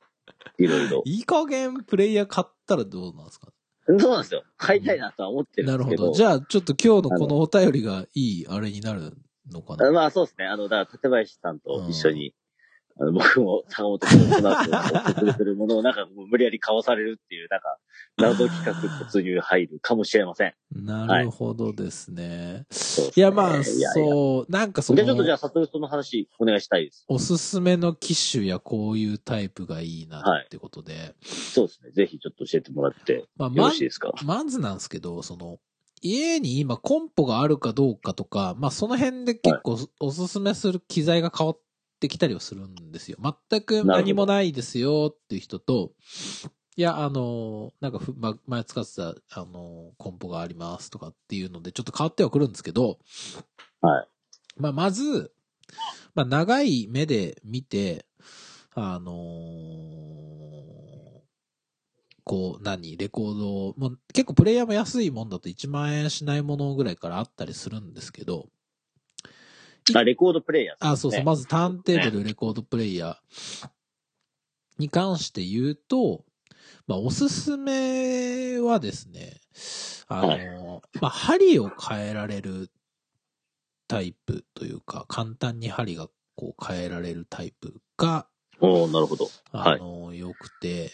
Speaker 1: いろいろ。
Speaker 2: いい加減プレイヤー買ったらどうなんですか
Speaker 1: そうなんですよ。買いたいなとは思ってる
Speaker 2: なんる
Speaker 1: です
Speaker 2: ほ
Speaker 1: けど。
Speaker 2: ど。じゃあ、ちょっと今日のこのお便りがいいあれになるのかな。
Speaker 1: まあそうですね。あの、だから、館林さんと一緒に、あの僕も坂本君のこの後、お送りするものを、なんか、無理やり買わされるっていう、なんか、謎企画突入入るかもしれません。
Speaker 2: なるほどですね。
Speaker 1: そうです
Speaker 2: い
Speaker 1: ね
Speaker 2: や、まあ、
Speaker 1: いやいや
Speaker 2: そう、なんかそ
Speaker 1: じゃあちょっとじ
Speaker 2: の、
Speaker 1: ゃあ、サトルさんの話、お願いしたいです。
Speaker 2: おすすめの機種やこういうタイプがいいなってことで、
Speaker 1: そうですね。ぜひちょっと教えてもらって、よ
Speaker 2: まあ、ま
Speaker 1: ろしいですか
Speaker 2: まずなんですけど、その、家に今コンポがあるかどうかとか、まあその辺で結構おすすめする機材が変わってきたりはするんですよ。全く
Speaker 1: なるほど
Speaker 2: 何もないですよっていう人と、いや、あの、なんかふ、ま、前使ってた、あの、コンポがありますとかっていうので、ちょっと変わってはくるんですけど、
Speaker 1: はい。
Speaker 2: まあまず、まあ長い目で見て、あのーこう、何、レコードを、もう結構プレイヤーも安いもんだと1万円しないものぐらいからあったりするんですけど、
Speaker 1: あ、レコードプレイヤー、
Speaker 2: あ、そうそう、
Speaker 1: ね
Speaker 2: まずターンテーブル、レコードプレイヤーに関して言うと、まあ、おすすめはですね、あの、
Speaker 1: は
Speaker 2: まあ、針を変えられるタイプというか、簡単に針がこう変えられるタイプが、
Speaker 1: おおなるほど。は
Speaker 2: あ
Speaker 1: い
Speaker 2: の、良くて、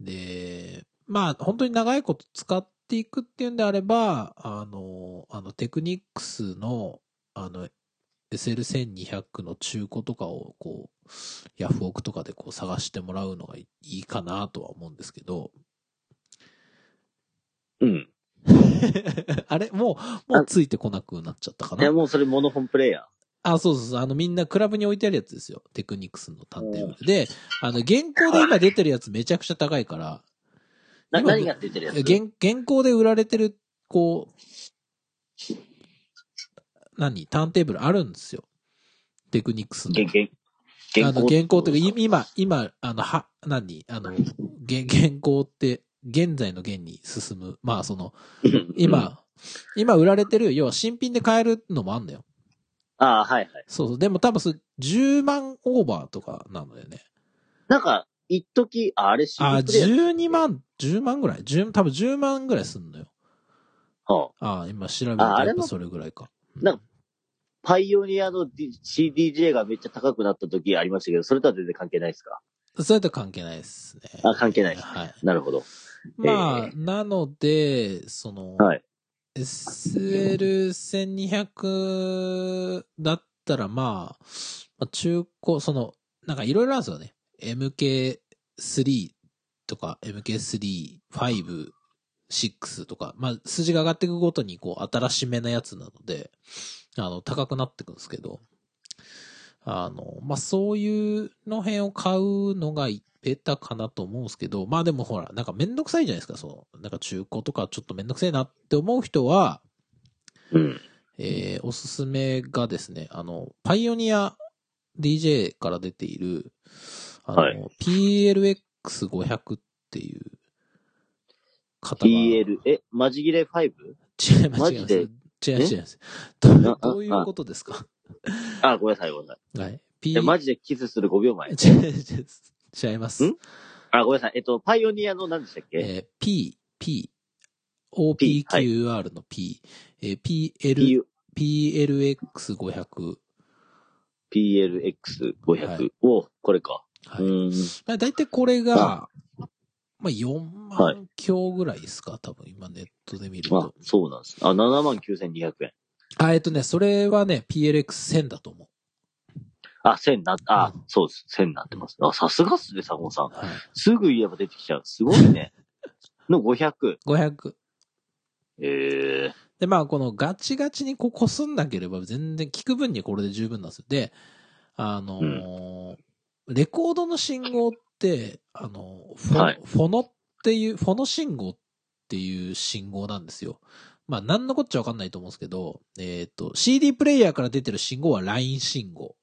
Speaker 2: で、まあ、本当に長いこと使っていくっていうんであれば、あの、あの、テクニックスの、あの、SL1200 の中古とかを、こう、ヤフオクとかでこう探してもらうのがいいかなとは思うんですけど、
Speaker 1: うん。
Speaker 2: あれもう、もうついてこなくなっちゃったか
Speaker 1: いや、
Speaker 2: な。
Speaker 1: もうそれモノホンプレイヤ
Speaker 2: あ、そうそうそう。あの、みんなクラブに置いてあるやつですよ。テクニックスの探偵部で、あの、現行で今出てるやつめちゃくちゃ高いから、
Speaker 1: ー。な、
Speaker 2: 今
Speaker 1: 何が出てるやつ
Speaker 2: 現、現行で売られてる、こう、何ターンテーブルあるんですよ。テクニックスの。
Speaker 1: 原原
Speaker 2: あの、現行という
Speaker 1: い
Speaker 2: か、い今、今、あの、は、何あの、現、現行って、現在の現に進む。まあ、その、今、今売られてる、要は新品で買えるのもあんのよ。
Speaker 1: ああ、はいはい。
Speaker 2: そうそう。でも多分それ、10万オーバーとかなのよね。
Speaker 1: なんか、一時ああれ、シ
Speaker 2: あ、
Speaker 1: ンプルやつ
Speaker 2: 12万、10万ぐらい ?10、多分10万ぐらいすんのよ。
Speaker 1: はあ
Speaker 2: ああ、今調べると
Speaker 1: ああ
Speaker 2: や
Speaker 1: れ
Speaker 2: っ
Speaker 1: も
Speaker 2: ぱそれぐらいか。うん
Speaker 1: なんかパイオニアの D- CDJ がめっちゃ高くなった時ありましたけど、それとは全然関係ないですか
Speaker 2: それとは関係ないですね。
Speaker 1: あ、関係ないです。
Speaker 2: はい。
Speaker 1: なるほど。
Speaker 2: まあ、なので、その、
Speaker 1: はい。
Speaker 2: SL1200 だったら、まあ、まあ中古、その、なんかいろいろあるんですよね。MK3 とか MK3、5、 6とか、まあ、数字が上がっていくごとに、こう、新しめなやつなので、あの、高くなっていくんですけど、あの、まあ、そういうの辺を買うのがベタかなと思うんですけど、まあでもほら、なんかめんどくさいじゃないですか、その、なんか中古とかちょっとめんどくせえなって思う人は、
Speaker 1: うん。
Speaker 2: えーおすすめがですね、あの、パイオニア DJ から出ている、あの、
Speaker 1: はい
Speaker 2: PLX500 っていう方が、
Speaker 1: PL、え、マジギレ 5?
Speaker 2: 違います、
Speaker 1: マ
Speaker 2: 違い
Speaker 1: ジ
Speaker 2: ます。
Speaker 1: で
Speaker 2: 違います違います。ど
Speaker 1: なあ
Speaker 2: どういうことですか
Speaker 1: あ、ごめんなさい、ごめんなさい。
Speaker 2: はい。
Speaker 1: い
Speaker 2: P、
Speaker 1: や、マジでキスする5秒前。
Speaker 2: 違う違う違います。
Speaker 1: んあ、ごめんなさい。えっと、パイオニアの何でしたっけ
Speaker 2: えー P、P、
Speaker 1: P はい
Speaker 2: OPQR の P、えー PL、
Speaker 1: P-
Speaker 2: PLX500。は
Speaker 1: ?PLX500 を、これか。
Speaker 2: は
Speaker 1: う
Speaker 2: い。
Speaker 1: ーん。
Speaker 2: まあ、大体これが、まあ、4
Speaker 1: は
Speaker 2: 万強ぐらいですか、多分今ネットで見る
Speaker 1: あ
Speaker 2: と。、
Speaker 1: そうなんです。あ、79,200円。
Speaker 2: あ、えっとね、それはね、PLX1000 だと思
Speaker 1: あ、1000な、あ
Speaker 2: うん、
Speaker 1: そうです。1000になってます。あ、さすがっすね、坂本さん
Speaker 2: う。。はい。
Speaker 1: すぐ言えば出てきちゃう。すごいね。 の500。
Speaker 2: 500。
Speaker 1: ええ
Speaker 2: で、まあ、このガチガチにこう、こすんなければ全然、聞く分にはこれで十分なんですよ。で、あのーレコードの信号って、あのーフォ、
Speaker 1: はい
Speaker 2: フォノっていう、フォノ信号っていう信号なんですよ。まあ、なんのこっちゃわかんないと思うんですけど、えっ、と、CD プレイヤーから出てる信号はライン信号。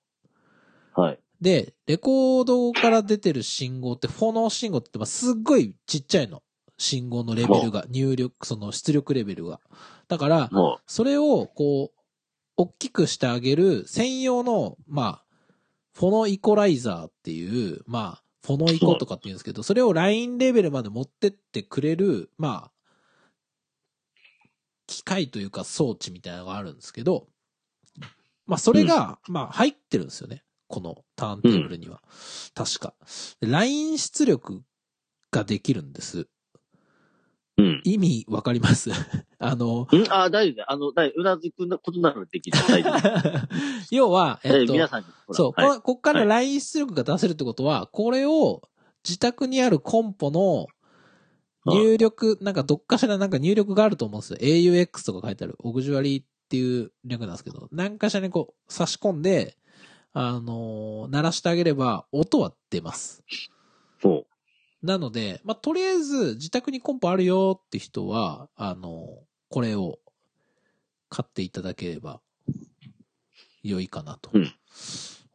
Speaker 1: はい。
Speaker 2: で、レコードから出てる信号って、フォノ信号って言って、まあすっごいちっちゃいの。信号のレベルが、入力、その出力レベルが。だから、
Speaker 1: も
Speaker 2: それを、こう、大きくしてあげる専用の、まあ、フォノイコライザーっていう、まあ、フォノイコとかって言うんですけど、それをラインレベルまで持ってってくれる、まあ、機械というか装置みたいなのがあるんですけど、まあ、それが、まあ、入ってるんですよね。このターンテーブルには。確か。でライン出力ができるんです。
Speaker 1: う、うん。
Speaker 2: 意味わかります あの、
Speaker 1: うん、あ、大丈夫です。あの、大うなずくことならできる。大丈夫。
Speaker 2: 要は、え
Speaker 1: え
Speaker 2: っと、
Speaker 1: 皆さんに、ほら
Speaker 2: そう、
Speaker 1: はい
Speaker 2: ここっからライン出力が出せるってことは、これを自宅にあるコンポの入力、なんかどっかしらなんか入力があると思うんですよ。AUX とか書いてある、オグジュアリーっていう略なんですけど、何かしらにこう差し込んで、あのー鳴らしてあげれば音は出ます。
Speaker 1: そう。
Speaker 2: なので、まあ、とりあえず自宅にコンポあるよって人は、あの、これを買っていただければ良いかなと
Speaker 1: うん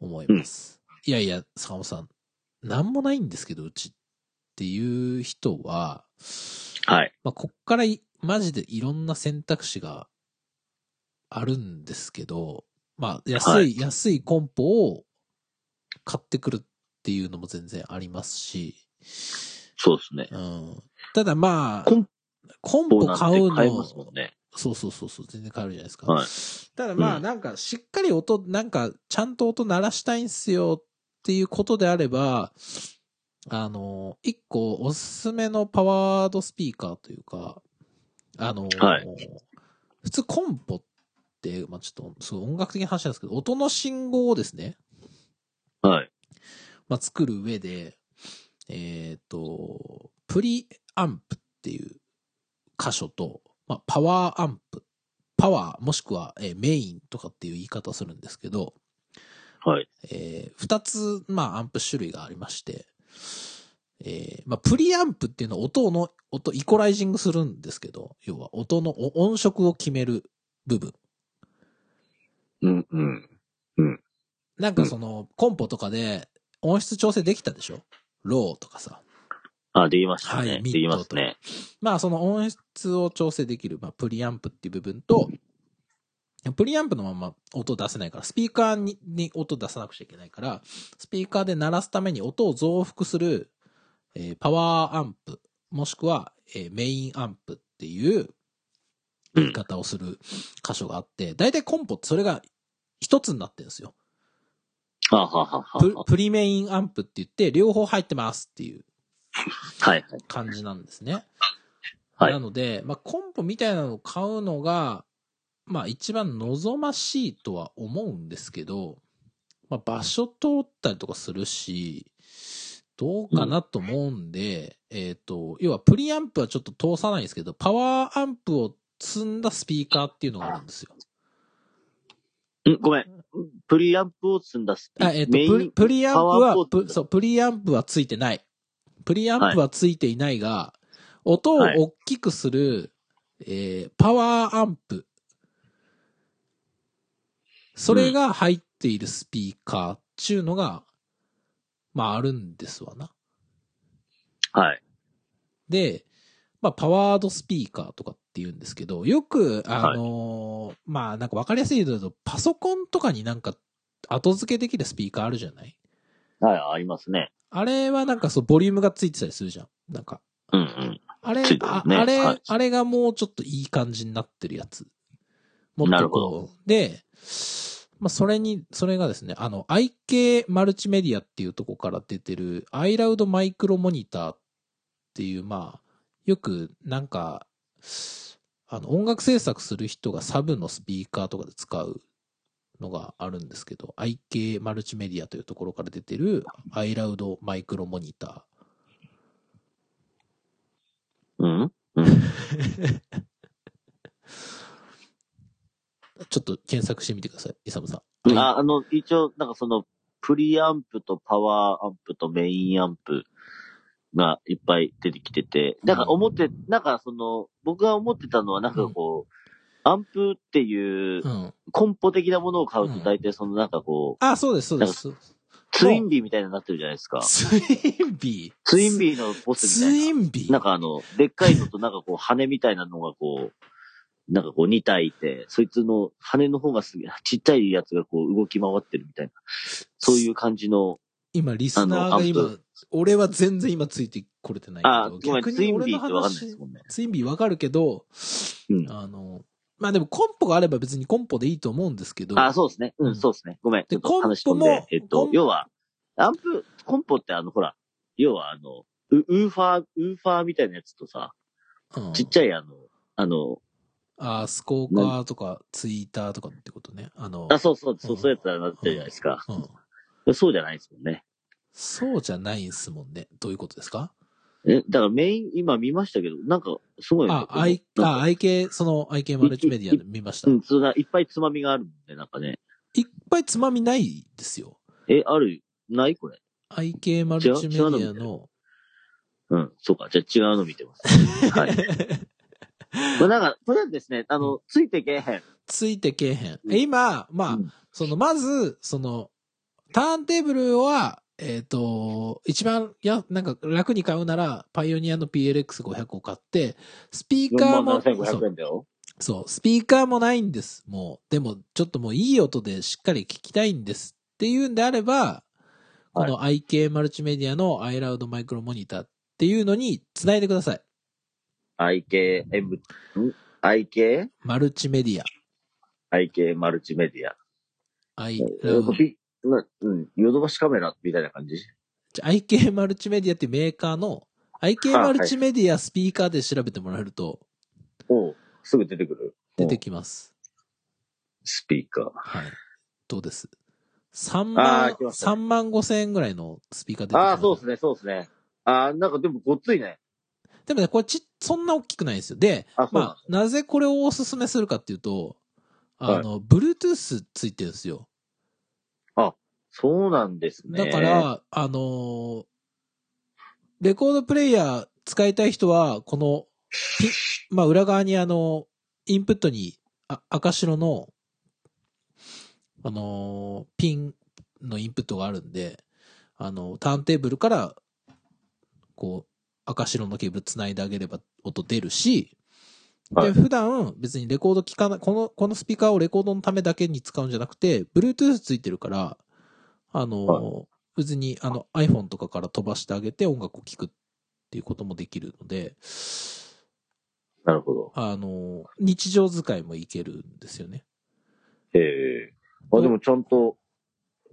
Speaker 2: 思います。いやいや、坂本さん、なんもないんですけど、うちっていう人は、
Speaker 1: はい。
Speaker 2: まあ、こっからいマジでいろんな選択肢があるんですけど、まあ、安い、
Speaker 1: は
Speaker 2: 安いコンポを買ってくるっていうのも全然ありますし、
Speaker 1: そうですね。
Speaker 2: うんただまあ、
Speaker 1: コン
Speaker 2: コン
Speaker 1: ポ
Speaker 2: ポ
Speaker 1: なん
Speaker 2: 買
Speaker 1: て
Speaker 2: うの、
Speaker 1: 買えますもんね。
Speaker 2: そうそうそうそう、全然買えるじゃないですか。
Speaker 1: はい。
Speaker 2: ただまあ、
Speaker 1: うん
Speaker 2: なんか、しっかり音、なんか、ちゃんと音鳴らしたいんすよっていうことであれば、あの、一個おすすめのパワードスピーカーというか、あの、
Speaker 1: はい
Speaker 2: 普通コンポって、まあちょっと、すごい音楽的な話なんですけど、音の信号をですね、
Speaker 1: はい。
Speaker 2: まあ、作る上で、えっ、と、プリアンプっていう箇所と、まあ、パワーアンプ、パワーもしくは、えーメインとかっていう言い方するんですけど、
Speaker 1: はい。
Speaker 2: えー二つ、まあ、アンプ種類がありまして、えーまあ、プリアンプっていうのは音の、音、イコライジングするんですけど、要は音のお音色を決める部分。
Speaker 1: うん、うん。
Speaker 2: なんかその、コンポとかで音質調整できたでしょローとかさ。
Speaker 1: あ、できました
Speaker 2: は
Speaker 1: ね。
Speaker 2: い
Speaker 1: できますね。
Speaker 2: まあその音質を調整できる、まあ、プリアンプっていう部分と、プリアンプのまま音出せないから、スピーカーにに音出さなくちゃいけないから、スピーカーで鳴らすために音を増幅する、えーパワーアンプ、もしくは、えーメインアンプっていう言い方をする箇所があって、大体コンポってそれが一つになってるんですよ。
Speaker 1: あはははは。
Speaker 2: ププリメインアンプって言って、両方入ってますっていう
Speaker 1: はい。はい。
Speaker 2: 感じなんですね。
Speaker 1: はい
Speaker 2: なので、まあ、コンポみたいなのを買うのが、まあ、一番望ましいとは思うんですけど、まあ、場所通ったりとかするし、どうかなと思うんで、えっ、と、要はプリアンプはちょっと通さないんですけど、パワーアンプを積んだスピーカーっていうのがあるんですよ。
Speaker 1: うん、ごめん。プリアンプを積んだスピ
Speaker 2: あ、えっ、と
Speaker 1: メイン
Speaker 2: プリ、プリアンプ
Speaker 1: パワー
Speaker 2: は
Speaker 1: ポッド
Speaker 2: プそう、プリアンプはついてない。プリアンプはついていないが、音を
Speaker 1: はい
Speaker 2: 大きくする、えーパワーアンプ。それが入っているスピーカーっていうのが、まああるんですわな。
Speaker 1: はい。
Speaker 2: で、まあ、パワードスピーカーとかって言うんですけど、よく、あのーまあ、なんかわかりやすい例だと、パソコンとかになんか後付けできるスピーカーあるじゃない
Speaker 1: はい、ありますね。
Speaker 2: あれはなんかそう、ボリュームがついてたりするじゃん。なんか、
Speaker 1: うんうん。
Speaker 2: あれ、
Speaker 1: ついて
Speaker 2: あ
Speaker 1: るね
Speaker 2: あれ、
Speaker 1: はい
Speaker 2: あれがもうちょっといい感じになってるやつ。もっとこう
Speaker 1: なるほど
Speaker 2: で、まあ、それに、それがですね、あの、IK マルチメディアっていうとこから出てる、iLoud マイクロモニターっていう、まあ、よくなんか、あの、音楽制作する人がサブのスピーカーとかで使うのがあるんですけど、IK マルチメディアというところから出てる iLoud マイクロモニター。
Speaker 1: うん
Speaker 2: ちょっと検索してみてください、イサムさん。
Speaker 1: ああの、一応、なんかその、プリアンプとパワーアンプとメインアンプがいっぱい出てきてて、なんか思って、なんかその、僕が思ってたのは、なんかこう、アンプっていう
Speaker 2: うん。
Speaker 1: 根歩的なものを買う
Speaker 2: う
Speaker 1: と
Speaker 2: ん
Speaker 1: 大体そのなんかこう、
Speaker 2: あ、そうです、そうです。
Speaker 1: ツインビーみたいになってるじゃないですか。
Speaker 2: ツインビー。
Speaker 1: ツインビーのボスみ
Speaker 2: ツ
Speaker 1: たいな。
Speaker 2: インビー。
Speaker 1: なんかあの、でっかいのとなんかこう羽みたいなのがこう、なんかこう2体いて、そいつの羽の方がすげえ、ちっちゃいやつがこう動き回ってるみたいな。そういう感じの、
Speaker 2: 今、リスナー
Speaker 1: あ
Speaker 2: が
Speaker 1: のア
Speaker 2: 今、俺は全然今ついてこれてない
Speaker 1: あ、
Speaker 2: け
Speaker 1: ご
Speaker 2: ど、
Speaker 1: めん、
Speaker 2: 逆
Speaker 1: ツ
Speaker 2: に
Speaker 1: イン
Speaker 2: 俺
Speaker 1: ビー
Speaker 2: の
Speaker 1: ってわかんないで
Speaker 2: 話
Speaker 1: す、もんね。
Speaker 2: ツインビーわかるけど、
Speaker 1: うん。
Speaker 2: あの、まあでもコンポがあれば別にコンポでいいと思うんですけど、
Speaker 1: あ、そうですね。う
Speaker 2: うん
Speaker 1: ん、そうですね。ごめん、ち
Speaker 2: で
Speaker 1: ょっと話飛ん
Speaker 2: コンポも
Speaker 1: で。えっ
Speaker 2: コ
Speaker 1: と
Speaker 2: ン、
Speaker 1: 要は、アンプ、コンポってあの、ほら、要はあの、ウウーファー、ウーファーみたいなやつとさ、
Speaker 2: うん
Speaker 1: ちっちゃいあの、あの、
Speaker 2: あ、スコーカーとかツイーターとかってことね。あの、
Speaker 1: あ、そうそう、そうう、
Speaker 2: ん
Speaker 1: そういうやつだなってるじゃないですか。
Speaker 2: うん。
Speaker 1: そうじゃないですもんね。
Speaker 2: そうじゃないんすもんね。どういうことですか
Speaker 1: え、だからメイン、今見ましたけど、なんか、すごいね。
Speaker 2: あ、
Speaker 1: この
Speaker 2: I、
Speaker 1: なんか
Speaker 2: あ、IK、その IK マルチメディアで見ました
Speaker 1: う。ん、そうだ、いっぱいつまみがあるんで、なんかね。
Speaker 2: いっぱいつまみないですよ。
Speaker 1: え、あるないこれ。
Speaker 2: IK マルチメディアの、
Speaker 1: うん、そうか。じゃあ違うの見て ます。はい。まあ、なんか、とりあえずですね、あの、ついてけえへん。
Speaker 2: ついてけえへん。
Speaker 1: うん
Speaker 2: え今、まあ
Speaker 1: うん、
Speaker 2: その、まず、その、ターンテーブルは、えっ、と、一番、や、なんか楽に買うなら、パイオニアの PLX500 を買って、スピーカーも、
Speaker 1: 4万
Speaker 2: そ
Speaker 1: 7500
Speaker 2: う
Speaker 1: 円だよ。
Speaker 2: そう、スピーカーもないんです。もう、でも、ちょっともういい音でしっかり聞きたいんですっていうんであれば、この IK マルチメディアの iLoud マイクロモニターっていうのに繋いでください。
Speaker 1: IK、M、ん ?IK?
Speaker 2: マルチメディア。
Speaker 1: IK マルチメディア。
Speaker 2: iLoud。
Speaker 1: ピなうん、ヨドバシカメラみたいな感じ
Speaker 2: IK マルチメディアっていうメーカーの、IK マルチメディアスピーカーで調べてもらえると
Speaker 1: おうすぐ出てくる。
Speaker 2: 出てきます。
Speaker 1: スピーカー。
Speaker 2: はい。どうです ?3
Speaker 1: あ
Speaker 2: 万
Speaker 1: ー、来ました
Speaker 2: 3万5千円ぐらいのスピーカー出てきます
Speaker 1: ああ、そうですね、そうですね。ああ、なんかでもごっついね。
Speaker 2: でもね、これち、そんな大きくないんですよ。で、
Speaker 1: あそうなん
Speaker 2: ま
Speaker 1: で
Speaker 2: あ、なぜこれをおすすめするかっていうと、あの、Bluetooth ついてるんですよ。
Speaker 1: そうなんですね。
Speaker 2: だから、あのーレコードプレイヤー使いたい人は、この、ピまあ、裏側にあの、インプットに、あ、赤白の、あのーピンのインプットがあるんで、あの、ターンテーブルから、こう、赤白のケーブル繋いであげれば音出るし、
Speaker 1: は
Speaker 2: で、
Speaker 1: い
Speaker 2: 普段別にレコード聞かない、この、このスピーカーをレコードのためだけに使うんじゃなくて、Bluetooth ついてるから、あのー
Speaker 1: は
Speaker 2: 別にあの iPhone とかから飛ばしてあげて音楽を聴くっていうこともできるので、
Speaker 1: なるほど。
Speaker 2: あの、日常使いもいけるんですよね。
Speaker 1: ええあ、でもちゃんと、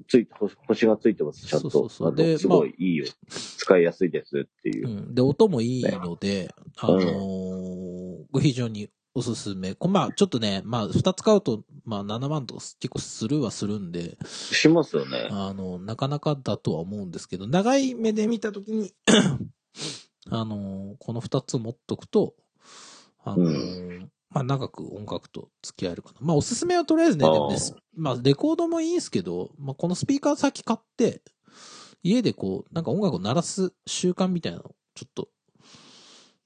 Speaker 1: つい、星星がついてます、ちゃんと。
Speaker 2: そうそうそう
Speaker 1: あの
Speaker 2: です
Speaker 1: ごいいいよ。使いやすいですっていうう。
Speaker 2: ん。で、音もいいので、あのー非常におおすすめ。こまあ、ちょっとね、まあ、2つ買うと、まあ、7万とか結構スルーはするんで、
Speaker 1: しますよね。
Speaker 2: あの、なかなかだとは思うんですけど、長い目で見たときに、 あの、この2つ持っとくと、あの、
Speaker 1: う
Speaker 2: まあ、長く音楽と付き合えるかな。まあ、おすすめはとりあえずね、でもね
Speaker 1: あー
Speaker 2: すまあ、レコードもいいんですけど、まあ、このスピーカー先買って、家でこう、なんか音楽を鳴らす習慣みたいなのを、ちょっと、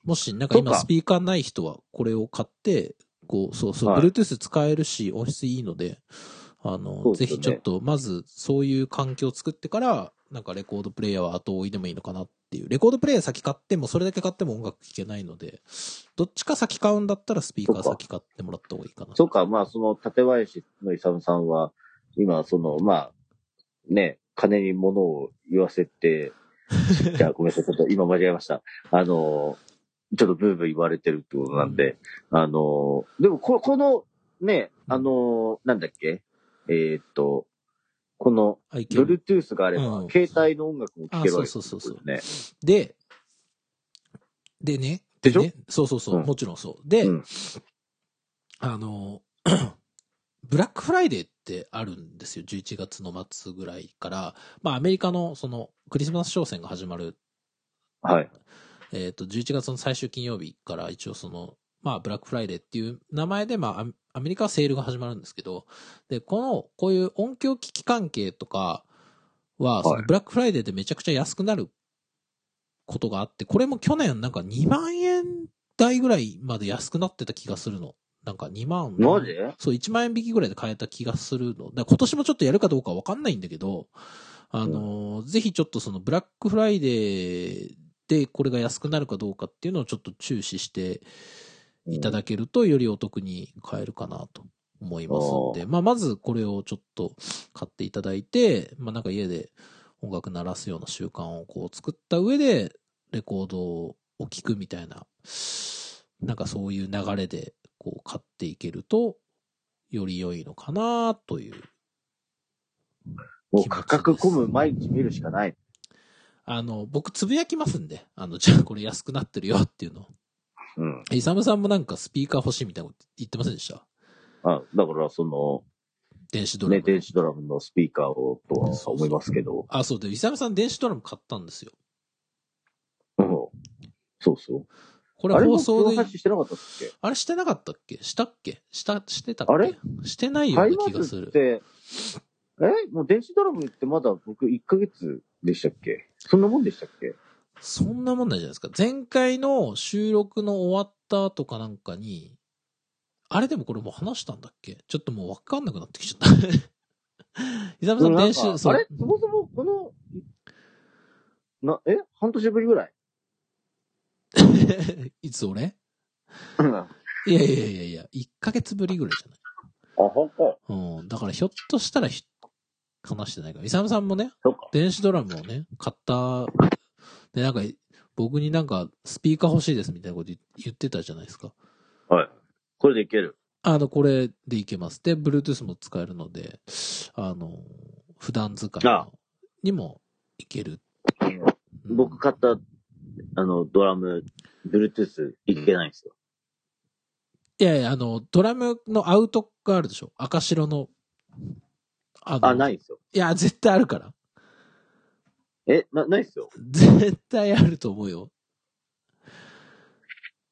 Speaker 2: もし、なんか
Speaker 1: そう
Speaker 2: 今
Speaker 1: か
Speaker 2: スピーカーない人は、これを買って、こう、そうそう、
Speaker 1: はい
Speaker 2: Bluetooth 使えるし、音質いいので、あの、
Speaker 1: そう
Speaker 2: ぜ
Speaker 1: ですよ
Speaker 2: ひち
Speaker 1: ね
Speaker 2: ょっと、まず、そういう環境を作ってから、なんかレコードプレイヤーは後追いでもいいのかなっていう。レコードプレイヤー先買っても、それだけ買っても音楽聴けないので、どっちか先買うんだったらスピーカー先買ってもらった方がいいかな。
Speaker 1: そうか、まあ、その、館林の勇さんは、今、その、まあ、ね、金に物を言わせて、 じゃあ、ごめんなさい、ちょっと今間違えました。あの、ちょっとブーブー言われてるってことなんで、あの、でもこ、この、ね、あの、なんだっけ、えーっと、この、
Speaker 2: はい、
Speaker 1: Bluetooth があれば、
Speaker 2: うん
Speaker 1: 携帯の音楽も聴けるわけ
Speaker 2: あそうそうそうそう
Speaker 1: ね。
Speaker 2: で、でね。
Speaker 1: でしょ
Speaker 2: ねそうそうそう、
Speaker 1: うん
Speaker 2: もちろんそう。で、
Speaker 1: うん
Speaker 2: あの、 ブラックフライデーってあるんですよ。11月の末ぐらいから。まあ、アメリカのそのクリスマス商戦が始まる、
Speaker 1: はい。
Speaker 2: えっ、と、11月の最終金曜日から一応その、まあ、ブラックフライデーっていう名前で、まあアメ、アメリカはセールが始まるんですけど、で、この、こういう音響機器関係とかは、そのブラックフライデーでめちゃくちゃ安くなることがあって、これも去年なんか2万円台ぐらいまで安くなってた気がするの。なんか2万。
Speaker 1: マジ
Speaker 2: そう、1万円引きぐらいで買えた気がするの。だから今年もちょっとやるかどうかわかんないんだけど、あのーぜひちょっとそのブラックフライデーでこれが安くなるかどうかっていうのをちょっと注視していただけるとよりお得に買えるかなと思いますので、まあまずこれをちょっと買っていただいて、まあなんか家で音楽鳴らすような習慣をこう作った上で、レコードを聴くみたいな、なんかそういう流れでこう買っていけると、より良いのかなという。
Speaker 1: もう価格込む毎日見るしかない。
Speaker 2: あの、僕つぶやきますんで、あの、じゃあこれ安くなってるよっていうのを。
Speaker 1: うん。
Speaker 2: イサムさんもなんかスピーカー欲しいみたいなこと言ってませんでした
Speaker 1: あ、だから、その、
Speaker 2: 電子ドラ
Speaker 1: ね、
Speaker 2: ム。
Speaker 1: 電子ドラムのスピーカーをとは思いますけど。
Speaker 2: あ、そうで、イサムさん電子ドラム買ったんですよ。
Speaker 1: うんそうそう。
Speaker 2: これ
Speaker 1: あれも
Speaker 2: 放送
Speaker 1: この
Speaker 2: で、
Speaker 1: 話してなかったっけ
Speaker 2: あれしてなかったっけしたっけした、してたっけ
Speaker 1: あれ
Speaker 2: してないよ
Speaker 1: タ
Speaker 2: う
Speaker 1: イ
Speaker 2: な
Speaker 1: マ
Speaker 2: 気が
Speaker 1: ー
Speaker 2: す
Speaker 1: ズっ
Speaker 2: る。
Speaker 1: て、えもう電子ドラムってまだ僕1ヶ月でしたっけそんなもんでしたっけ
Speaker 2: そんなもんないじゃないですか。前回の収録の終わった後かなんかに、あれでもこれもう話したんだっけちょっともうわかんなくなってきちゃった。 伊沢さ、
Speaker 1: うんんなん
Speaker 2: 電
Speaker 1: か
Speaker 2: 子、
Speaker 1: あれそもそもこの、な、え半年ぶりぐらい
Speaker 2: いつ俺
Speaker 1: あ、
Speaker 2: いやいやいやいや、1ヶ月ぶりぐらいじゃない
Speaker 1: ほんと。
Speaker 2: うん。だからひょっとしたらひ話してないから。イサムさんもね
Speaker 1: そっか、
Speaker 2: 電子ドラムをね、買った。で、なんか、僕になんか、スピーカー欲しいですみたいなこと言言ってたじゃないですか。
Speaker 1: はい。これでいける。
Speaker 2: あの、これでいけます。で、Bluetooth も使えるので、あの、普段使いの
Speaker 1: ああ
Speaker 2: にもいける。うん
Speaker 1: 僕買った、あの、ドラム、Bluetooth いけないんですよ。
Speaker 2: いやいや、あの、ドラムのアウトがあるでしょ赤白の。あの
Speaker 1: あ、ないんですよ。
Speaker 2: いや、絶対あるから。
Speaker 1: え、な、ないっすよ。
Speaker 2: 絶対あると思うよ。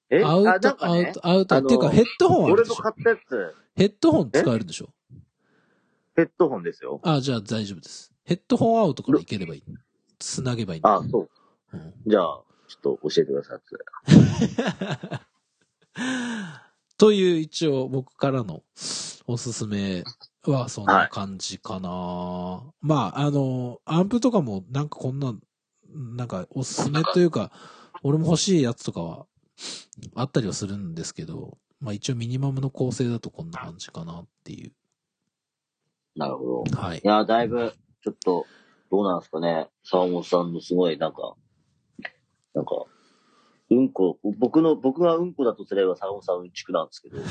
Speaker 1: え、
Speaker 2: アウ
Speaker 1: あ、なん
Speaker 2: ト、
Speaker 1: か
Speaker 2: アウ
Speaker 1: ね、
Speaker 2: ト、アウト。
Speaker 1: あの
Speaker 2: っていうか、ヘッドホンある
Speaker 1: 俺
Speaker 2: で
Speaker 1: の
Speaker 2: しょ
Speaker 1: 買ったやつ、
Speaker 2: ヘッドホン使えるでしょ
Speaker 1: ヘッドホンですよ。
Speaker 2: あ、じゃあ大丈夫です。ヘッドホンアウトからいければいい。つなげばいいんだ
Speaker 1: あ、そう。
Speaker 2: うん
Speaker 1: じゃあ、ちょっと教えてください。
Speaker 2: という一応僕からのおすすめはそんな感じかな、まああの、アンプとかもなんかこんな、なんかおすすめというか、俺も欲しいやつとかはあったりはするんですけど、まあ一応ミニマムの構成だとこんな感じかなってい
Speaker 1: なるほど。
Speaker 2: う。はい
Speaker 1: い。や、だいぶ、ちょっと、どうなんですかね。沢本さんのすごい、なんか、なんか、うんこ、僕の、僕がうんこだとすれば沢本さんはうんちくなんです けど、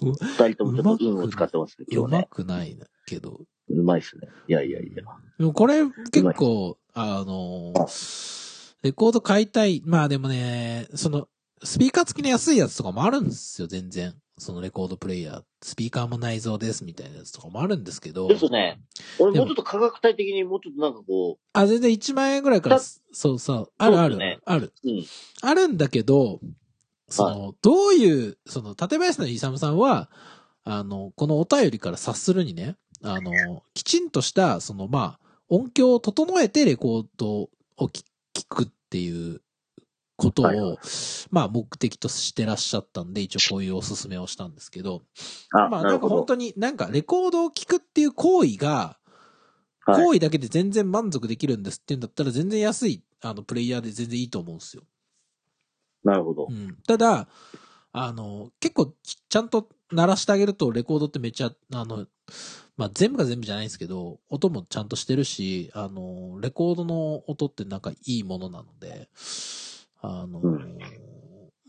Speaker 1: 二人ともちょっとうんを使ってますね、
Speaker 2: う
Speaker 1: 今日
Speaker 2: ま
Speaker 1: ね。
Speaker 2: くないなけど。
Speaker 1: うまいっすね。いやいやいや。
Speaker 2: でもこれ結構、あのーレコード買いたい。まあでもね、その、スピーカー付きの安いやつとかもあるんですよ、全然。そのレコードプレイヤー。スピーカーも内蔵ですみたいなやつとかもあるんですけど。
Speaker 1: ですね。俺もうちょっと価格帯的にもうちょっとなんかこ
Speaker 2: あ、全然1万円ぐらいから、
Speaker 1: だ
Speaker 2: そうそう、あるあ
Speaker 1: そ
Speaker 2: る、
Speaker 1: うですね
Speaker 2: ある。
Speaker 1: う、うん。
Speaker 2: あるんだけど、その、どういう、その、館林のイサムさんは、あの、このお便りから察するにね、あの、きちんとした、その、まあ、音響を整えてレコードをき聞くっていうことを、
Speaker 1: はいは
Speaker 2: まあ、目的としてらっしゃったんで、一応こういうおすすめをしたんですけど、ま
Speaker 1: あ、
Speaker 2: あ、
Speaker 1: な
Speaker 2: な
Speaker 1: る
Speaker 2: んか
Speaker 1: ほ
Speaker 2: 本
Speaker 1: ど。
Speaker 2: 当になんかレコードを聞くっていう行為が、
Speaker 1: はい
Speaker 2: 行為だけで全然満足できるんですっていうんだったら全然安いあのプレイヤーで全然いいと思うんですよ。
Speaker 1: なるほど
Speaker 2: う。ん、ただあの結構ちちゃんと鳴らしてあげるとレコードってめっちゃあの、まあ、全部が全部じゃないんですけど音もちゃんとしてるしあのレコードの音ってなんかいいものなのであの、
Speaker 1: うん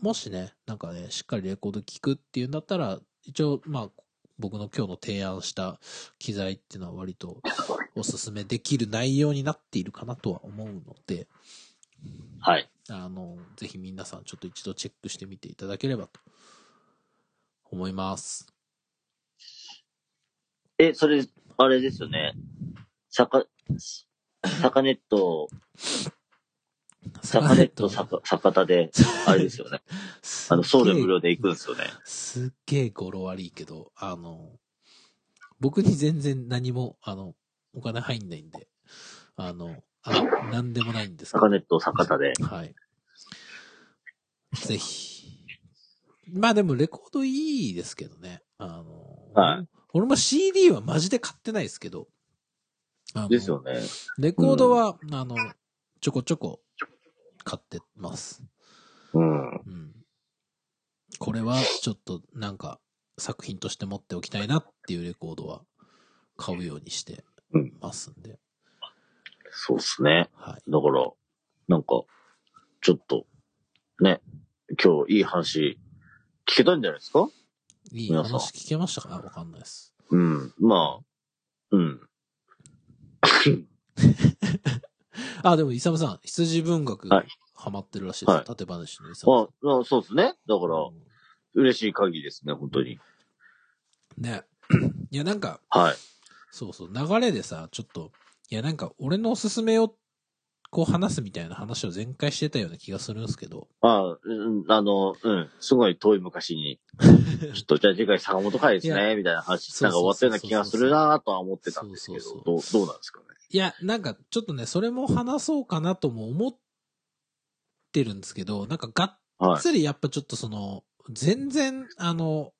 Speaker 2: もしねなんかねしっかりレコード聞くっていうんだったら一応まあ僕の今日の提案した機材っていうのは割とおすすめできる内容になっているかなとは思うので、
Speaker 1: はい。
Speaker 2: あの、ぜひ皆さんちょっと一度チェックしてみていただければと思います。
Speaker 1: え、それ、あれですよね。サカ、サカネット、サカネット、サカ、サカタで、あれですよ ね。あの、送料無料で行くんですよね。
Speaker 2: すっげえ。すっげえ語呂悪いけど、あの、僕に全然何も、あの、お金入んないんで、あの、あなんでもないんですけ
Speaker 1: サ
Speaker 2: ど
Speaker 1: カネット、サカタで。
Speaker 2: はい。ぜひ。まあでもレコードいいですけどね。あの、
Speaker 1: はい
Speaker 2: 俺も CD はマジで買ってないですけど。あの
Speaker 1: ですよね。
Speaker 2: レコードは、あの、ちょこちょこ買ってます。
Speaker 1: うん。
Speaker 2: うん。これはちょっとなんか作品として持っておきたいなっていうレコードは買うようにしてますんで。
Speaker 1: そうっすね。
Speaker 2: はい。
Speaker 1: だから、なんか、ちょっと、ね、今日いい話、聞けたんじゃないですか
Speaker 2: いい
Speaker 1: 皆
Speaker 2: 話
Speaker 1: さん
Speaker 2: 聞けましたかわかんないです。
Speaker 1: うん。まあ、うん。
Speaker 2: あ、でも、イサムさん、羊文学、
Speaker 1: はい
Speaker 2: ハマってるらしいです。
Speaker 1: はい
Speaker 2: 縦話のイサムさん
Speaker 1: あ、あそうですね。だか。ら、
Speaker 2: うん
Speaker 1: 嬉しい限りですね、本当に。
Speaker 2: ね。いや、なんか、
Speaker 1: はい。
Speaker 2: そうそう、流れでさ、ちょっと、いや、なんか、俺のおすすめを、こう話すみたいな話を全開してたような気がするんですけど、
Speaker 1: あ、うん、あの、うん、すごい遠い 昔に、ちょっと、じゃあ次回坂本会です
Speaker 2: い
Speaker 1: ね、みたいな話、
Speaker 2: そうそうそう
Speaker 1: なんか終わったような気がするなとは思ってたんですけ
Speaker 2: そう
Speaker 1: ど、
Speaker 2: そう
Speaker 1: どう、どうなんですかね。
Speaker 2: いや、なんか、ちょっとね、それも話そうかなとも思ってるんですけど、なんか、がっ
Speaker 1: はい。
Speaker 2: つりやっぱちょっとその、全然、あの、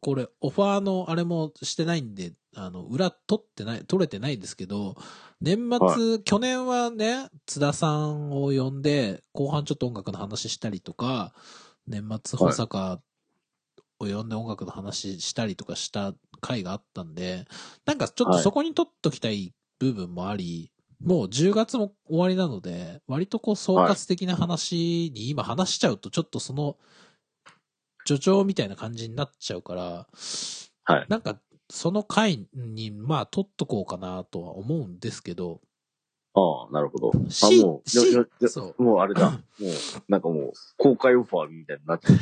Speaker 2: これ、オファーのあれもしてないんで、あの、裏取ってない、取れてないんですけど、年末、
Speaker 1: は
Speaker 2: 去年はね、津田さんを呼んで、後半ちょっと音楽の話したりとか、年末保坂を呼んで音楽の話したりとかした回があったんで、なんかちょっと
Speaker 1: はい
Speaker 2: そこに取っときたい部分もあり、もう10月も終わりなので、割とこう総括的な話に今話しちゃうと、ちょっとその、助長みたいな感じになっちゃうから、
Speaker 1: はい。
Speaker 2: なんかその回に、まあ取っとこうかなとは思うんですけど、
Speaker 1: ああ、なるほど。あ、
Speaker 2: し
Speaker 1: も、う、
Speaker 2: し
Speaker 1: よ、よ、よ
Speaker 2: そう。
Speaker 1: もうあれ だ。もう、なんかもう、公開オファーみたいになってる。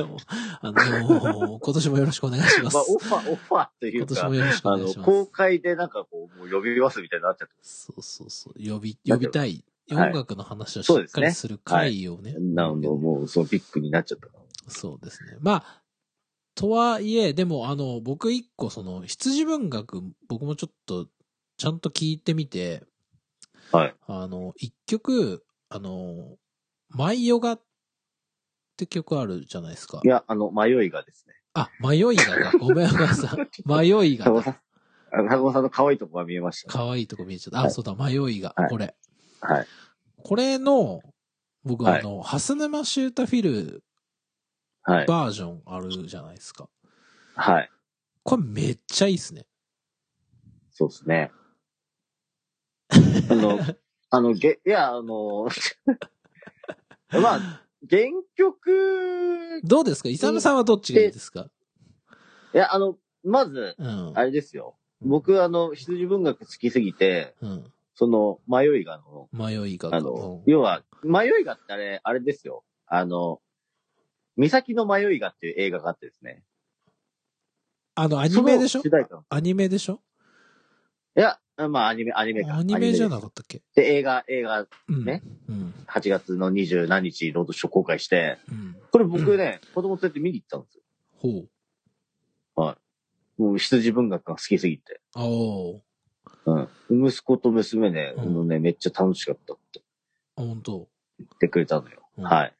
Speaker 2: あのー今年もよろしくお願いします。
Speaker 1: まあ、オファー、オファーという
Speaker 2: 今年
Speaker 1: か
Speaker 2: も、よろしくお
Speaker 1: あ
Speaker 2: 願い
Speaker 1: の
Speaker 2: し、ます。
Speaker 1: 公開でなんかこう、もう呼びますみたいになっちゃって
Speaker 2: そうそうそう。呼び、
Speaker 1: だ
Speaker 2: 呼
Speaker 1: け
Speaker 2: び
Speaker 1: ど
Speaker 2: たい。
Speaker 1: はい
Speaker 2: 音楽の話をし
Speaker 1: そう
Speaker 2: っ
Speaker 1: で
Speaker 2: か
Speaker 1: す
Speaker 2: り
Speaker 1: ね
Speaker 2: する回をね。
Speaker 1: なるほど、もう、そのビッグになっちゃった。
Speaker 2: そうですね。まあ、とはいえ、でも、あの、僕一個、その、羊文学、僕もちょっと、ちゃんと聞いてみて、
Speaker 1: はい。
Speaker 2: あの、一曲、あの、マイヨガって曲あるじゃないですか
Speaker 1: い。や、あの、迷いがですね。
Speaker 2: あ、迷いが か。ごめんなさい。迷い
Speaker 1: 坂
Speaker 2: がだ。
Speaker 1: 本さん、あの坂本さんの可愛いとこが見えました。
Speaker 2: 可愛いとこ見えちゃった。あ、
Speaker 1: はい
Speaker 2: そうだ、迷いが。
Speaker 1: はい
Speaker 2: これ。
Speaker 1: はい。
Speaker 2: これの、僕、
Speaker 1: はい
Speaker 2: あの、蓮沼シュータフィル
Speaker 1: はい。
Speaker 2: バージョンあるじゃないですか。
Speaker 1: はい。
Speaker 2: これめっちゃいいっすね。
Speaker 1: そうで すね。あの、あの、げ、いや、あの、 まあ、原曲、
Speaker 2: どうですかイサムさんはどっちがいいですか
Speaker 1: いや、あの、まず、
Speaker 2: うん。
Speaker 1: あれですよ。僕、あの、羊文学好きすぎて、
Speaker 2: うん。
Speaker 1: その、迷いがの、
Speaker 2: 迷いが。
Speaker 1: あ
Speaker 2: う
Speaker 1: の
Speaker 2: ん、
Speaker 1: 要は、迷いがってあれ、あれですよ。あの、岬の迷いがっていう映画があってですね。
Speaker 2: あの、アニメでしょ
Speaker 1: その主題歌
Speaker 2: アニメでしょ
Speaker 1: いや、まあアニメ、アニメか。
Speaker 2: アニメじゃ
Speaker 1: ア
Speaker 2: な
Speaker 1: ニ
Speaker 2: かったっけ
Speaker 1: メで映画、映画
Speaker 2: うん。
Speaker 1: ね
Speaker 2: うん。
Speaker 1: 8月の27日、ロードショー公開して、
Speaker 2: うん。
Speaker 1: これ僕ね、子供連れて見に行ったんですよ。
Speaker 2: ほう。
Speaker 1: もう羊文学が好きすぎて。
Speaker 2: あお
Speaker 1: うん。息子と娘ね、
Speaker 2: うん
Speaker 1: あのね、めっちゃ楽しかったって
Speaker 2: あ、ほんと。
Speaker 1: 言ってくれたのよ。
Speaker 2: うん
Speaker 1: はい。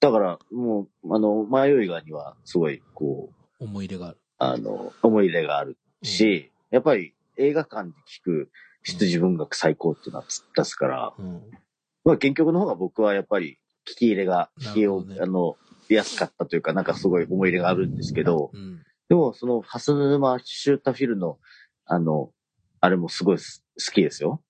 Speaker 1: だから、もう、あの、迷いがには、すごい、こう、
Speaker 2: 思い入れがある。
Speaker 1: あの、思い入れがある
Speaker 2: うん、
Speaker 1: し、やっぱり映画館で聞く羊文学最高っていうのは出すから、
Speaker 2: うん。
Speaker 1: まあ原曲の方が僕はやっぱり聞き入れが、
Speaker 2: な
Speaker 1: 聞き
Speaker 2: るほ
Speaker 1: を
Speaker 2: どね、
Speaker 1: あの、やすかったというか、なんかすごい思い入れがあるんですけど、
Speaker 2: うん。
Speaker 1: でも、その、ハスヌマ・シュータフィルの、あの、あれもすごいす好きですよ。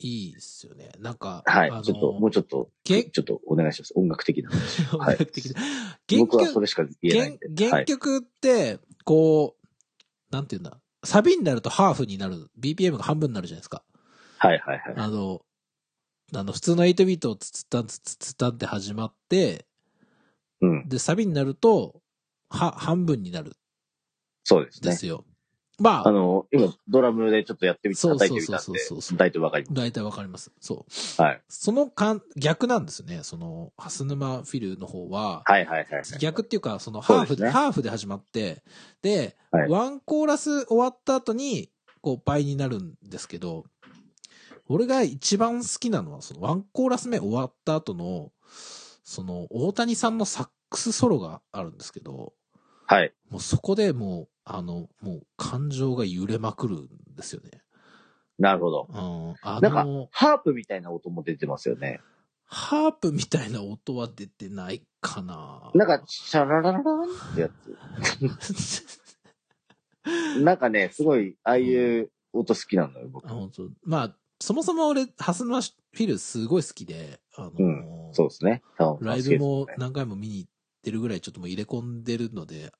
Speaker 2: いいっすよね。なんか、
Speaker 1: はい
Speaker 2: あ。の
Speaker 1: ちょっと、もうちょっと、
Speaker 2: げ
Speaker 1: ちょっとお願いします。音楽的な。
Speaker 2: 音
Speaker 1: はい
Speaker 2: 楽的な。原
Speaker 1: 僕はそ
Speaker 2: 曲、
Speaker 1: れしか言えないん
Speaker 2: 原
Speaker 1: で。は
Speaker 2: 原
Speaker 1: い。
Speaker 2: 曲って、こう、なんていうんだ。サビになるとハーフになる。BPM が半分になるじゃないですか。
Speaker 1: はいはいはい。
Speaker 2: あの、あの、普通の8ビートをツツタンツツツタンって始まって、
Speaker 1: うん。
Speaker 2: で、サビになると、は、半分になるん
Speaker 1: そうです
Speaker 2: で
Speaker 1: ね。
Speaker 2: すよ。ま
Speaker 1: あ
Speaker 2: あ、
Speaker 1: の、今、ドラムでちょっとやってみて、
Speaker 2: そう
Speaker 1: 叩
Speaker 2: そう
Speaker 1: いてみたん
Speaker 2: そう
Speaker 1: で
Speaker 2: そうそう、
Speaker 1: 大体わかりま
Speaker 2: 大体わかります。そう。
Speaker 1: す。はい。
Speaker 2: そのかん、逆なんですね。その、ハスヌマフィルの方は、
Speaker 1: はいはいはいはい。
Speaker 2: 逆っていうか、そのハ
Speaker 1: そ
Speaker 2: ー
Speaker 1: う
Speaker 2: フ
Speaker 1: です
Speaker 2: で、
Speaker 1: ね
Speaker 2: ハーフで始まって、で、
Speaker 1: はい
Speaker 2: ワンコーラス終わった後に、こう倍になるんですけど、俺が一番好きなのは、そのワンコーラス目終わった後の、その大谷さんのサックスソロがあるんですけど、
Speaker 1: はい。
Speaker 2: もうそこでもう、あの、もう感情が揺れまくるんですよね。
Speaker 1: なるほど。
Speaker 2: うん。あ
Speaker 1: なんか
Speaker 2: の、、
Speaker 1: ハープみたいな音も出てますよね。
Speaker 2: ハープみたいな音は出てないかな
Speaker 1: な んか、シャラララランってやつ。なんかね、すごい、ああいう音好きなのよ、僕
Speaker 2: あ。本当まあ、そもそも俺、ハスマフィルすごい好きで、あのー
Speaker 1: うんそうですね。多分
Speaker 2: ライブ
Speaker 1: 好
Speaker 2: も
Speaker 1: きですね
Speaker 2: 何回も見に行ってるぐらいちょっともう入れ込んでるので、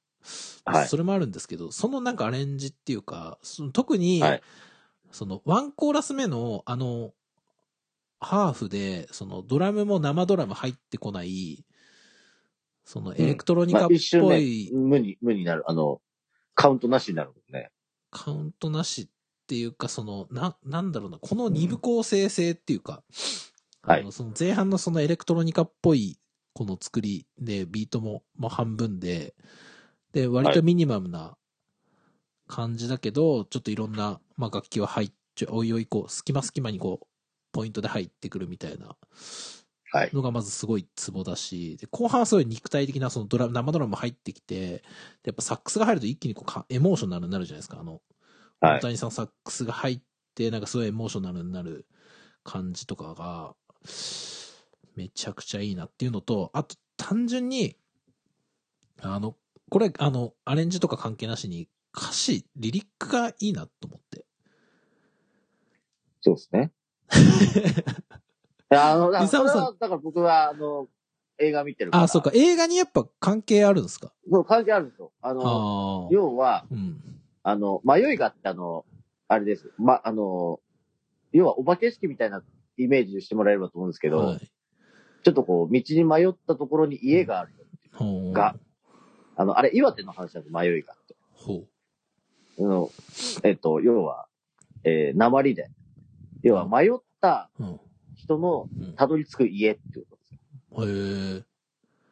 Speaker 1: はい
Speaker 2: それもあるんですけど、そのなんかアレンジっていうか、その特に、
Speaker 1: はい
Speaker 2: そのワンコーラス目のあの、ハーフで、そのドラムも生ドラム入ってこない、そのエレクトロニ
Speaker 1: ま
Speaker 2: カ
Speaker 1: あ
Speaker 2: っ
Speaker 1: 一瞬
Speaker 2: ぽ
Speaker 1: ね
Speaker 2: い、
Speaker 1: 無に、無になる。あの、カウントなしになるもんね。
Speaker 2: カウントなしっていうか、その、な、なんだろうな、この二部構成性っていうか、
Speaker 1: はい
Speaker 2: あのその前半のそのエレクトロニカっぽい、この作りで、ビートも、もう半分で、で、割とミニマムな感じだけど、ちょっといろんな、まあ、楽器は入っちゃ、おいおいこう、隙間隙間にこう、ポイントで入ってくるみたいな
Speaker 1: はい。
Speaker 2: のがまずすごいツボだし、で後半はすごい肉体的なそのドラム、生ドラムも入ってきて、でやっぱサックスが入ると一気にこうかエモーショナルになるじゃないですか、あの、
Speaker 1: は
Speaker 2: 大
Speaker 1: い。
Speaker 2: 谷さんサックスが入って、なんかすごいエモーショナルになる感じとかが、めちゃくちゃいいなっていうのと、あと単純に、あの、これ、あの、アレンジとか関係なしに、歌詞、リリックがいいなと思って。
Speaker 1: そうです ね。いやあの、だ
Speaker 2: イサ
Speaker 1: か
Speaker 2: ム
Speaker 1: ら
Speaker 2: さん
Speaker 1: それはだから僕は、あの、映画見てるから。
Speaker 2: あ、そうか。。映画にやっぱ関係あるんですか
Speaker 1: そう、関係あるんですよ。あ
Speaker 2: あ
Speaker 1: の、
Speaker 2: あー。
Speaker 1: 要は、
Speaker 2: うん。
Speaker 1: あの、迷いがあって、あの、あれです。ま、あの、要はお化け屋敷みたいなイメージしてもらえればと思うんですけど、
Speaker 2: はい
Speaker 1: ちょっとこう、道に迷ったところに家がある。
Speaker 2: ほう
Speaker 1: が。あの、あれ、岩手の話だと迷いがあって。
Speaker 2: ほ
Speaker 1: あの、えっと、要は、えー、鉛で。要は、迷った
Speaker 2: う。うん。
Speaker 1: 人の
Speaker 2: うん
Speaker 1: たどり着く家っていうことですよ。
Speaker 2: へえ。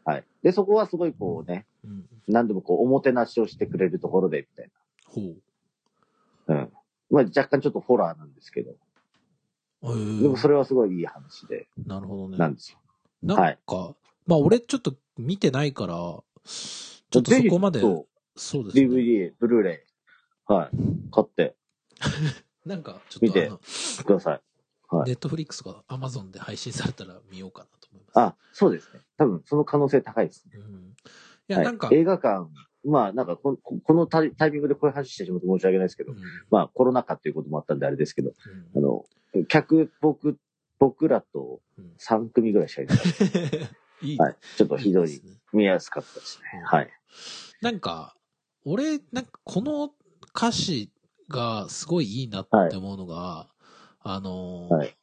Speaker 1: はい。で、そこはすごいこうね、
Speaker 2: うん。
Speaker 1: 何でもこう、おもてなしをしてくれるところで、みたい
Speaker 2: ほ
Speaker 1: な。うん。まあ、若干ちょっとホラーなんですけど。
Speaker 2: う。へえ。
Speaker 1: でも、それはすごいいい話で、
Speaker 2: なるほどね。
Speaker 1: なんですよ。
Speaker 2: なん
Speaker 1: はい
Speaker 2: か、まあ俺ちょっと見てないから、ちょっとそこまで、
Speaker 1: ぜひそ
Speaker 2: そうで
Speaker 1: う
Speaker 2: すね。
Speaker 1: DVD、ブルーレイ。はい。買って
Speaker 2: なんかちょっ
Speaker 1: 見
Speaker 2: と
Speaker 1: て
Speaker 2: あの、
Speaker 1: ください。はい
Speaker 2: ネットフリックスが Amazon で配信されたら見ようかなと思います。
Speaker 1: あ、そうですね。多分、その可能性高いですね。
Speaker 2: うん。いや、
Speaker 1: はい
Speaker 2: なんか、
Speaker 1: 映画館、まあ、なんかこの、ここのタイタイミングでこういう話してしまって申し訳ないですけど
Speaker 2: う、ん
Speaker 1: まあ、コロナ禍っていうこともあったんであれですけど、あ
Speaker 2: うん
Speaker 1: の、客、僕、僕らと
Speaker 2: うん
Speaker 1: 3組ぐらいしかいない。
Speaker 2: いい。
Speaker 1: はいちょっとひど
Speaker 2: で
Speaker 1: い
Speaker 2: す、ね
Speaker 1: 見やすかったですね。はい。
Speaker 2: なんか、俺、なんかこの歌詞がすごいいいなって思うのが、あのー
Speaker 1: はい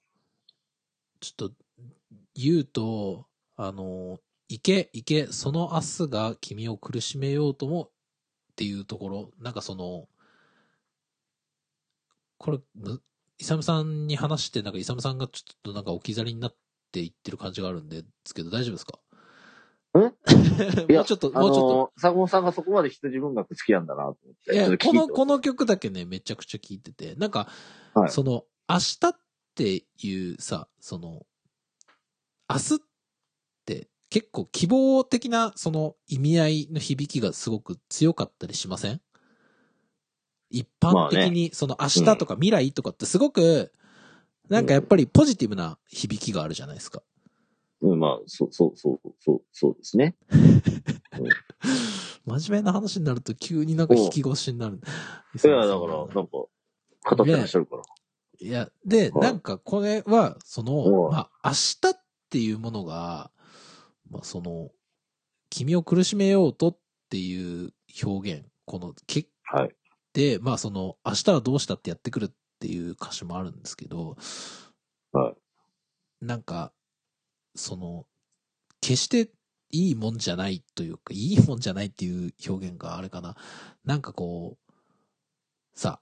Speaker 2: ちょっと言うと、あのー行け、行け、その明日が君を苦しめようともっていうところ、なんかその、これ、むイサムさんに話して、なんかイサムさんがちょっとなんか置き去りになっていってる感じがあるんですけど、大丈夫ですか
Speaker 1: ん
Speaker 2: もうちょっと、もうちょ
Speaker 1: っと。坂本さんがそこまで羊文学好きなんだなと思って。
Speaker 2: いや、この、この曲だけね、めちゃくちゃ聴いてて、なんか、はい、その、明日っていうさ、その、明日って結構希望的なその意味合いの響きがすごく強かったりしません一般的にその明日とか未来とかってすごくなんかやっぱりポジティブな響きがあるじゃないですか。
Speaker 1: うん、まあ、そう、そう、そう、そう、そうですね。
Speaker 2: 真面目な話になると急になんか引き越しになる。
Speaker 1: いや、だから、なんか、語ってらっしゃるから。
Speaker 2: いや、で、なんかこれは、その、まあ、明日っていうものが、まあ、その、君を苦しめようとっていう表現、この、け、
Speaker 1: はい。
Speaker 2: で、まあ、その、明日はどうしたってやってくるっていう歌詞もあるんですけど、。
Speaker 1: はい
Speaker 2: なんか、その、決していいもんじゃないというか、いいもんじゃないっていう表現があれかな。なんかこう、さ、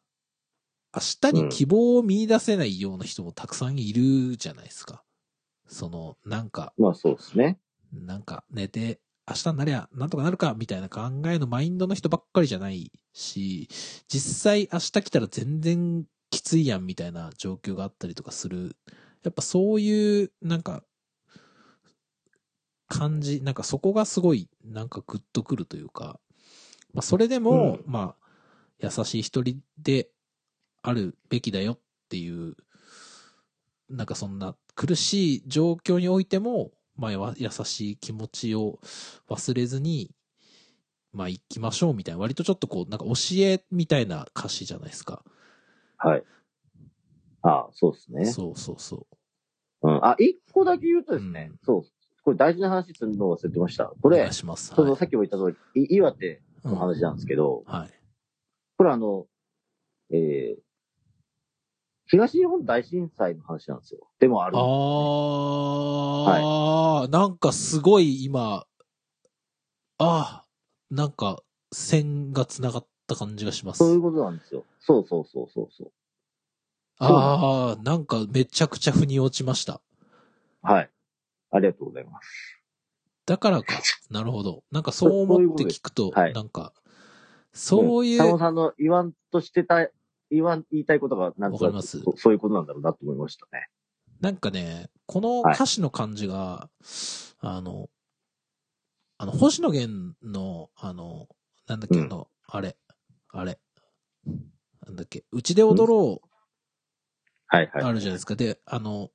Speaker 2: 明日に希望を見出せないような人もたくさんいるじゃないですか。うん、その、なんか。
Speaker 1: まあそうですね。
Speaker 2: なんか寝て、明日になりゃなんとかなるかみたいな考えのマインドの人ばっかりじゃないし、実際明日来たら全然きついやんみたいな状況があったりとかする。やっぱそういう、なんか感じ、なんかそこがすごい、なんかグッとくるというか、まあ、それでも、うん、まあ、優しい一人であるべきだよっていう、なんかそんな苦しい状況においても、まあ、優しい気持ちを忘れずに、まあ、行きましょうみたいな、割とちょっとこう、なんか教えみたいな歌詞じゃないですか。
Speaker 1: はい。ああ、そうですね。。
Speaker 2: そうそうそう
Speaker 1: うん。あ、一個だけ言うとですね、うん、そうこれ大事な話するの忘れてました。これ、
Speaker 2: そ
Speaker 1: のさっきも言った通り、い岩手の話なんですけど、
Speaker 2: うん、はい。
Speaker 1: これあの、えー、東日本大震災の話なんですよ。でもある、ね、
Speaker 2: あー、はい、なんかすごい今、ああ、なんか線が繋がった感じがします。
Speaker 1: そういうことなんですよ。そうそうそうそうそう。
Speaker 2: ああ、なんかめちゃくちゃ腑に落ちました。
Speaker 1: はい。ありがとうございます。
Speaker 2: だから か。なるほど。なんかそう思って聞くと、
Speaker 1: はい、
Speaker 2: なんか、そういう。
Speaker 1: 佐野さんの言わんとしてた、言わん、言いたいことが、なん
Speaker 2: かります
Speaker 1: そ、そういうことなんだろうなと思いましたね。
Speaker 2: なんかね、この歌詞の感じが、はい、あの、あの、星野源の、あの、なんだっけ、あの、うん、あれ、あれ、なんだっけ、うちで踊ろう、
Speaker 1: はいはい。
Speaker 2: あるじゃないですか。で、あの、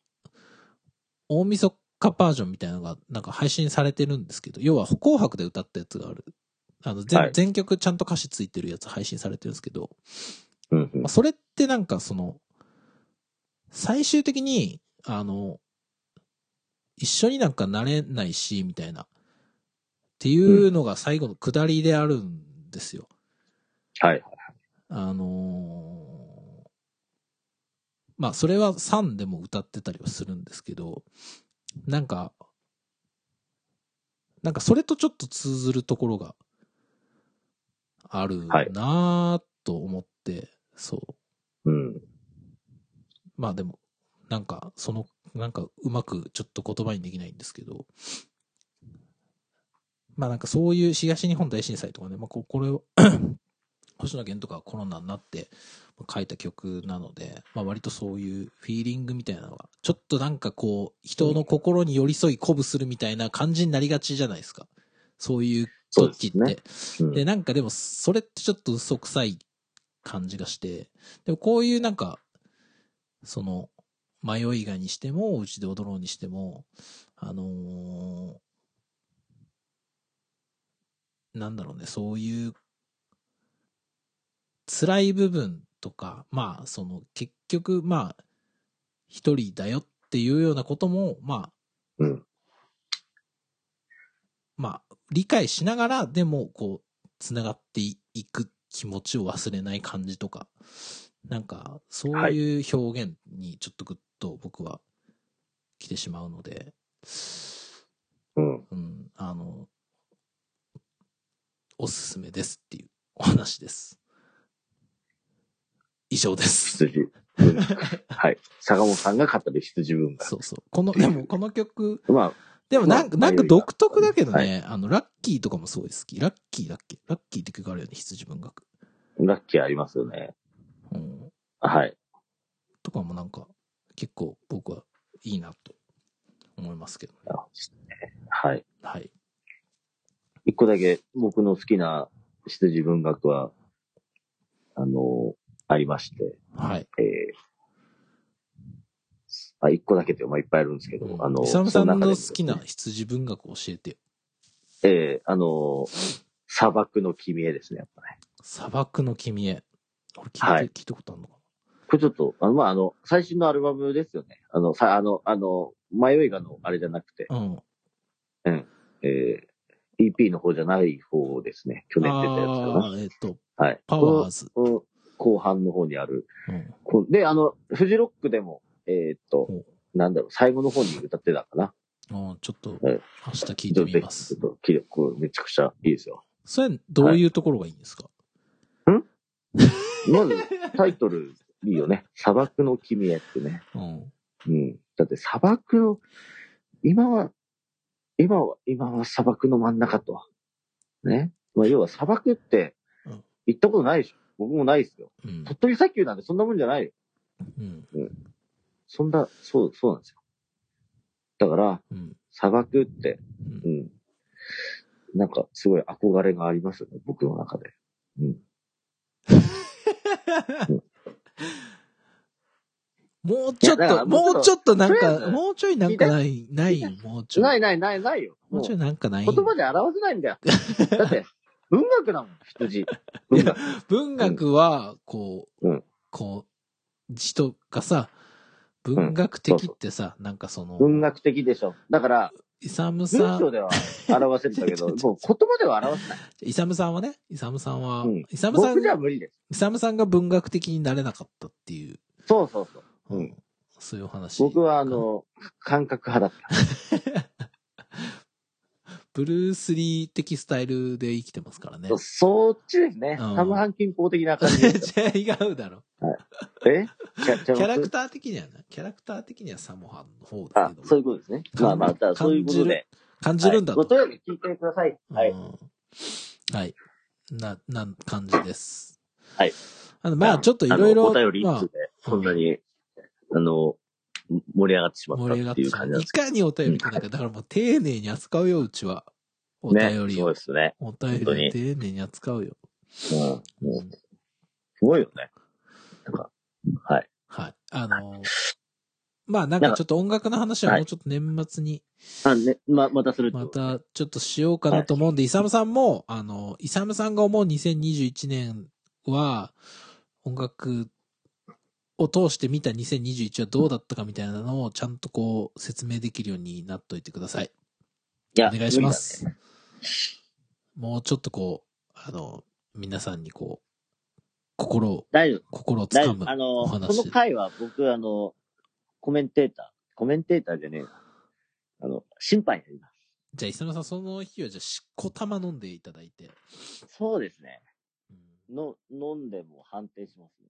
Speaker 2: 大晦日カバージョンみたいなのがなんか配信されてるんですけど、要は紅白で歌ったやつがある。あの全、はい、全曲ちゃんと歌詞ついてるやつ配信されてるんですけど、
Speaker 1: うんうん、
Speaker 2: まあ、それってなんかその、最終的に、あの、一緒になんかなれないし、みたいな、っていうのが最後の下りであるんですよ。
Speaker 1: うん、はい。。
Speaker 2: あのー、まあそれは3でも歌ってたりはするんですけど、なんか、なんかそれとちょっと通ずるところがあるなぁと思って、はい、そう
Speaker 1: うん。
Speaker 2: まあでも、なんか、その、なんかうまくちょっと言葉にできないんですけど、まあなんかそういう東日本大震災とかね、まあこれを 星野源とかコロナになって書いた曲なので、まあ、割とそういうフィーリングみたいなのが、ちょっとなんかこう、人の心に寄り添い鼓舞するみたいな感じになりがちじゃないですか。そういう時って。
Speaker 1: ねうん、
Speaker 2: で、なんかでも、それってちょっと嘘くさい感じがして、でもこういうなんか、その、迷いがにしても、うちで踊ろうにしても、あのー、なんだろうね、そういう辛い部分とか、まあ、その、結局、まあ、一人だよっていうようなことも、ま
Speaker 1: あ、うん、
Speaker 2: まあ、理解しながら、でも、こう、つながっていく気持ちを忘れない感じとか、なんか、そういう表現にちょっとぐっと僕は来てしまうので、
Speaker 1: うん、
Speaker 2: ううん、あの、おすすめですっていうお話です。以上です。
Speaker 1: 羊。 うん、はい。坂本さんが語る羊文化。
Speaker 2: そうそう。この、でもこの曲、
Speaker 1: ま
Speaker 2: でもなんか、
Speaker 1: まあ
Speaker 2: なんか独特だけどね、
Speaker 1: は
Speaker 2: あの、ラッキーとかもすごい好き。ラッキーだっけラッキーって曲あるよね、羊文学。
Speaker 1: あ、楽器ありますよね。
Speaker 2: うん。
Speaker 1: はい。
Speaker 2: とかもなんか、結構僕はいいなと思いますけどね。
Speaker 1: はい。
Speaker 2: はい。
Speaker 1: 一個だけ僕の好きな羊文学は、あの、ありまして、
Speaker 2: はい。
Speaker 1: えーあ、一個だけって、まあ、いっぱいあるんですけど、あの、
Speaker 2: イサムさん
Speaker 1: そ
Speaker 2: の
Speaker 1: 中で
Speaker 2: 好きな羊文学教えてよ。
Speaker 1: ええあの、砂漠の君へですね、やっぱね。
Speaker 2: 砂漠の君へ。俺聞いて、
Speaker 1: はい
Speaker 2: 聞いたことあるのか
Speaker 1: これちょっと、あの、まあ、あの、最新のアルバムですよね。あの、さ、あの、あの、迷いがのあれじゃなくて、
Speaker 2: なうん。
Speaker 1: えー、EP の方じゃない方ですね。去年出たやつか
Speaker 2: あ
Speaker 1: な。
Speaker 2: ーえっ、と、
Speaker 1: はい。
Speaker 2: パワーズ。
Speaker 1: このこの後半の方にある。
Speaker 2: うん。
Speaker 1: こんで、あの、フジロックでも、えーっと、
Speaker 2: ほ
Speaker 1: なんだろう、最後の方に歌ってたかな。
Speaker 2: うんちょっと、
Speaker 1: はい
Speaker 2: 明日聞いてみます
Speaker 1: ち。ょっと、気力、めちゃくちゃいいですよ。
Speaker 2: それ、どういうところがいいんですか、
Speaker 1: まず、タイトル、いいよね。 砂漠の君へってね。
Speaker 2: うん。
Speaker 1: うん。だって砂漠の、今は、今は、今は砂漠の真ん中と。ね。まあ、要は砂漠って
Speaker 2: うん、
Speaker 1: 行ったことないでしょ。僕もないですよ。
Speaker 2: うん。
Speaker 1: 鳥取砂丘なんてそんなもんじゃないよ。
Speaker 2: うん。
Speaker 1: そんな、そう、そうなんですよ。だから、
Speaker 2: うん。
Speaker 1: 砂漠って、
Speaker 2: うん
Speaker 1: う。ん。なんか、すごい憧れがありますよね、僕の中で。うん。
Speaker 2: もうちょっ
Speaker 1: いやだから
Speaker 2: と、もうちょっとなん
Speaker 1: とりあえ
Speaker 2: か、
Speaker 1: ず
Speaker 2: もうちょいなんかない、ないよ、もうちょい。
Speaker 1: ないないないないよ。
Speaker 2: も
Speaker 1: も
Speaker 2: う
Speaker 1: う
Speaker 2: ちょいなんかない。
Speaker 1: 言葉で表せないん だよ。だって、文学だもん、羊。文学。
Speaker 2: 文学は、こう、
Speaker 1: うん
Speaker 2: こう、人がさ、文学的ってさ、なんかその、
Speaker 1: 文学的でしょ。だから、
Speaker 2: イサムさ
Speaker 1: 文章
Speaker 2: ん、
Speaker 1: では表せるんだけ ど、
Speaker 2: ち
Speaker 1: も
Speaker 2: ょ
Speaker 1: う
Speaker 2: ち
Speaker 1: 言葉では表せない。
Speaker 2: イサムさんはね、イサムさんは、
Speaker 1: うん
Speaker 2: イサムさん
Speaker 1: 僕じ、ゃ無理です。
Speaker 2: イサムさんが文学的になれなかったっていう、
Speaker 1: そうそうそう。うん
Speaker 2: そういう話。
Speaker 1: 僕は、あ、の、感覚派だっ
Speaker 2: ブルース・リー的スタイルで生きてますからね
Speaker 1: た。。そっちですね。
Speaker 2: うん
Speaker 1: サムハンキン法的な感じです
Speaker 2: 違うだろ。
Speaker 1: よ。えキャ
Speaker 2: キャラクター
Speaker 1: タ
Speaker 2: 的にはね、キャラクター的にはサモハンの方だ
Speaker 1: あ
Speaker 2: け、ど。
Speaker 1: そういうことですね。まあまあ、だからそういうことで。
Speaker 2: 感じるんだ
Speaker 1: は
Speaker 2: と。
Speaker 1: いごとより聞いてください。はい。
Speaker 2: うんはい。な、なん、感じです。
Speaker 1: はい。
Speaker 2: あの、まあ、ちょっといろい
Speaker 1: あのお
Speaker 2: ろ、
Speaker 1: 便り
Speaker 2: ま
Speaker 1: 一
Speaker 2: あ
Speaker 1: つ、で、そんなに、あの、盛り上がってしまっ
Speaker 2: 盛
Speaker 1: た
Speaker 2: り上が
Speaker 1: っ
Speaker 2: ってて
Speaker 1: いう
Speaker 2: しま
Speaker 1: 感
Speaker 2: う
Speaker 1: じなん
Speaker 2: い
Speaker 1: です
Speaker 2: かにお便り来ないか、だからもう丁寧に扱うよ、うちは。お
Speaker 1: ね。
Speaker 2: 便り
Speaker 1: そ
Speaker 2: を。
Speaker 1: うですね。
Speaker 2: お便
Speaker 1: 本当
Speaker 2: りを
Speaker 1: に
Speaker 2: 丁寧に扱うよ。
Speaker 1: うん。もう
Speaker 2: うん
Speaker 1: すごいよね。なんか、はい。
Speaker 2: はい。あのー、まあ、なんかちょっと音楽の話はもうちょっと年末に
Speaker 1: あ、ね、ま、またするって
Speaker 2: ま
Speaker 1: こと
Speaker 2: たちょっとしようかなと思うんで、イサムさんも、あの、イサムさんが思う2021年は、音楽を通して見た2021はどうだったかみたいなのをちゃんとこう説明できるようになっといてください。
Speaker 1: いや
Speaker 2: お願いします。もうちょっとこう、あの、皆さんにこう、心を、
Speaker 1: 大丈夫。
Speaker 2: 心をつ
Speaker 1: 大丈
Speaker 2: かむ
Speaker 1: 夫。あ
Speaker 2: お
Speaker 1: の、こ
Speaker 2: 話
Speaker 1: の。回は僕、あの、コメンテーター、コメンテーターじゃねえな。あの、審判やりま
Speaker 2: じゃあ、イサムさん、その日はじゃあ、しっこ玉飲んでいただいて。
Speaker 1: す。そうですね。
Speaker 2: うん
Speaker 1: の、飲んでも反転します、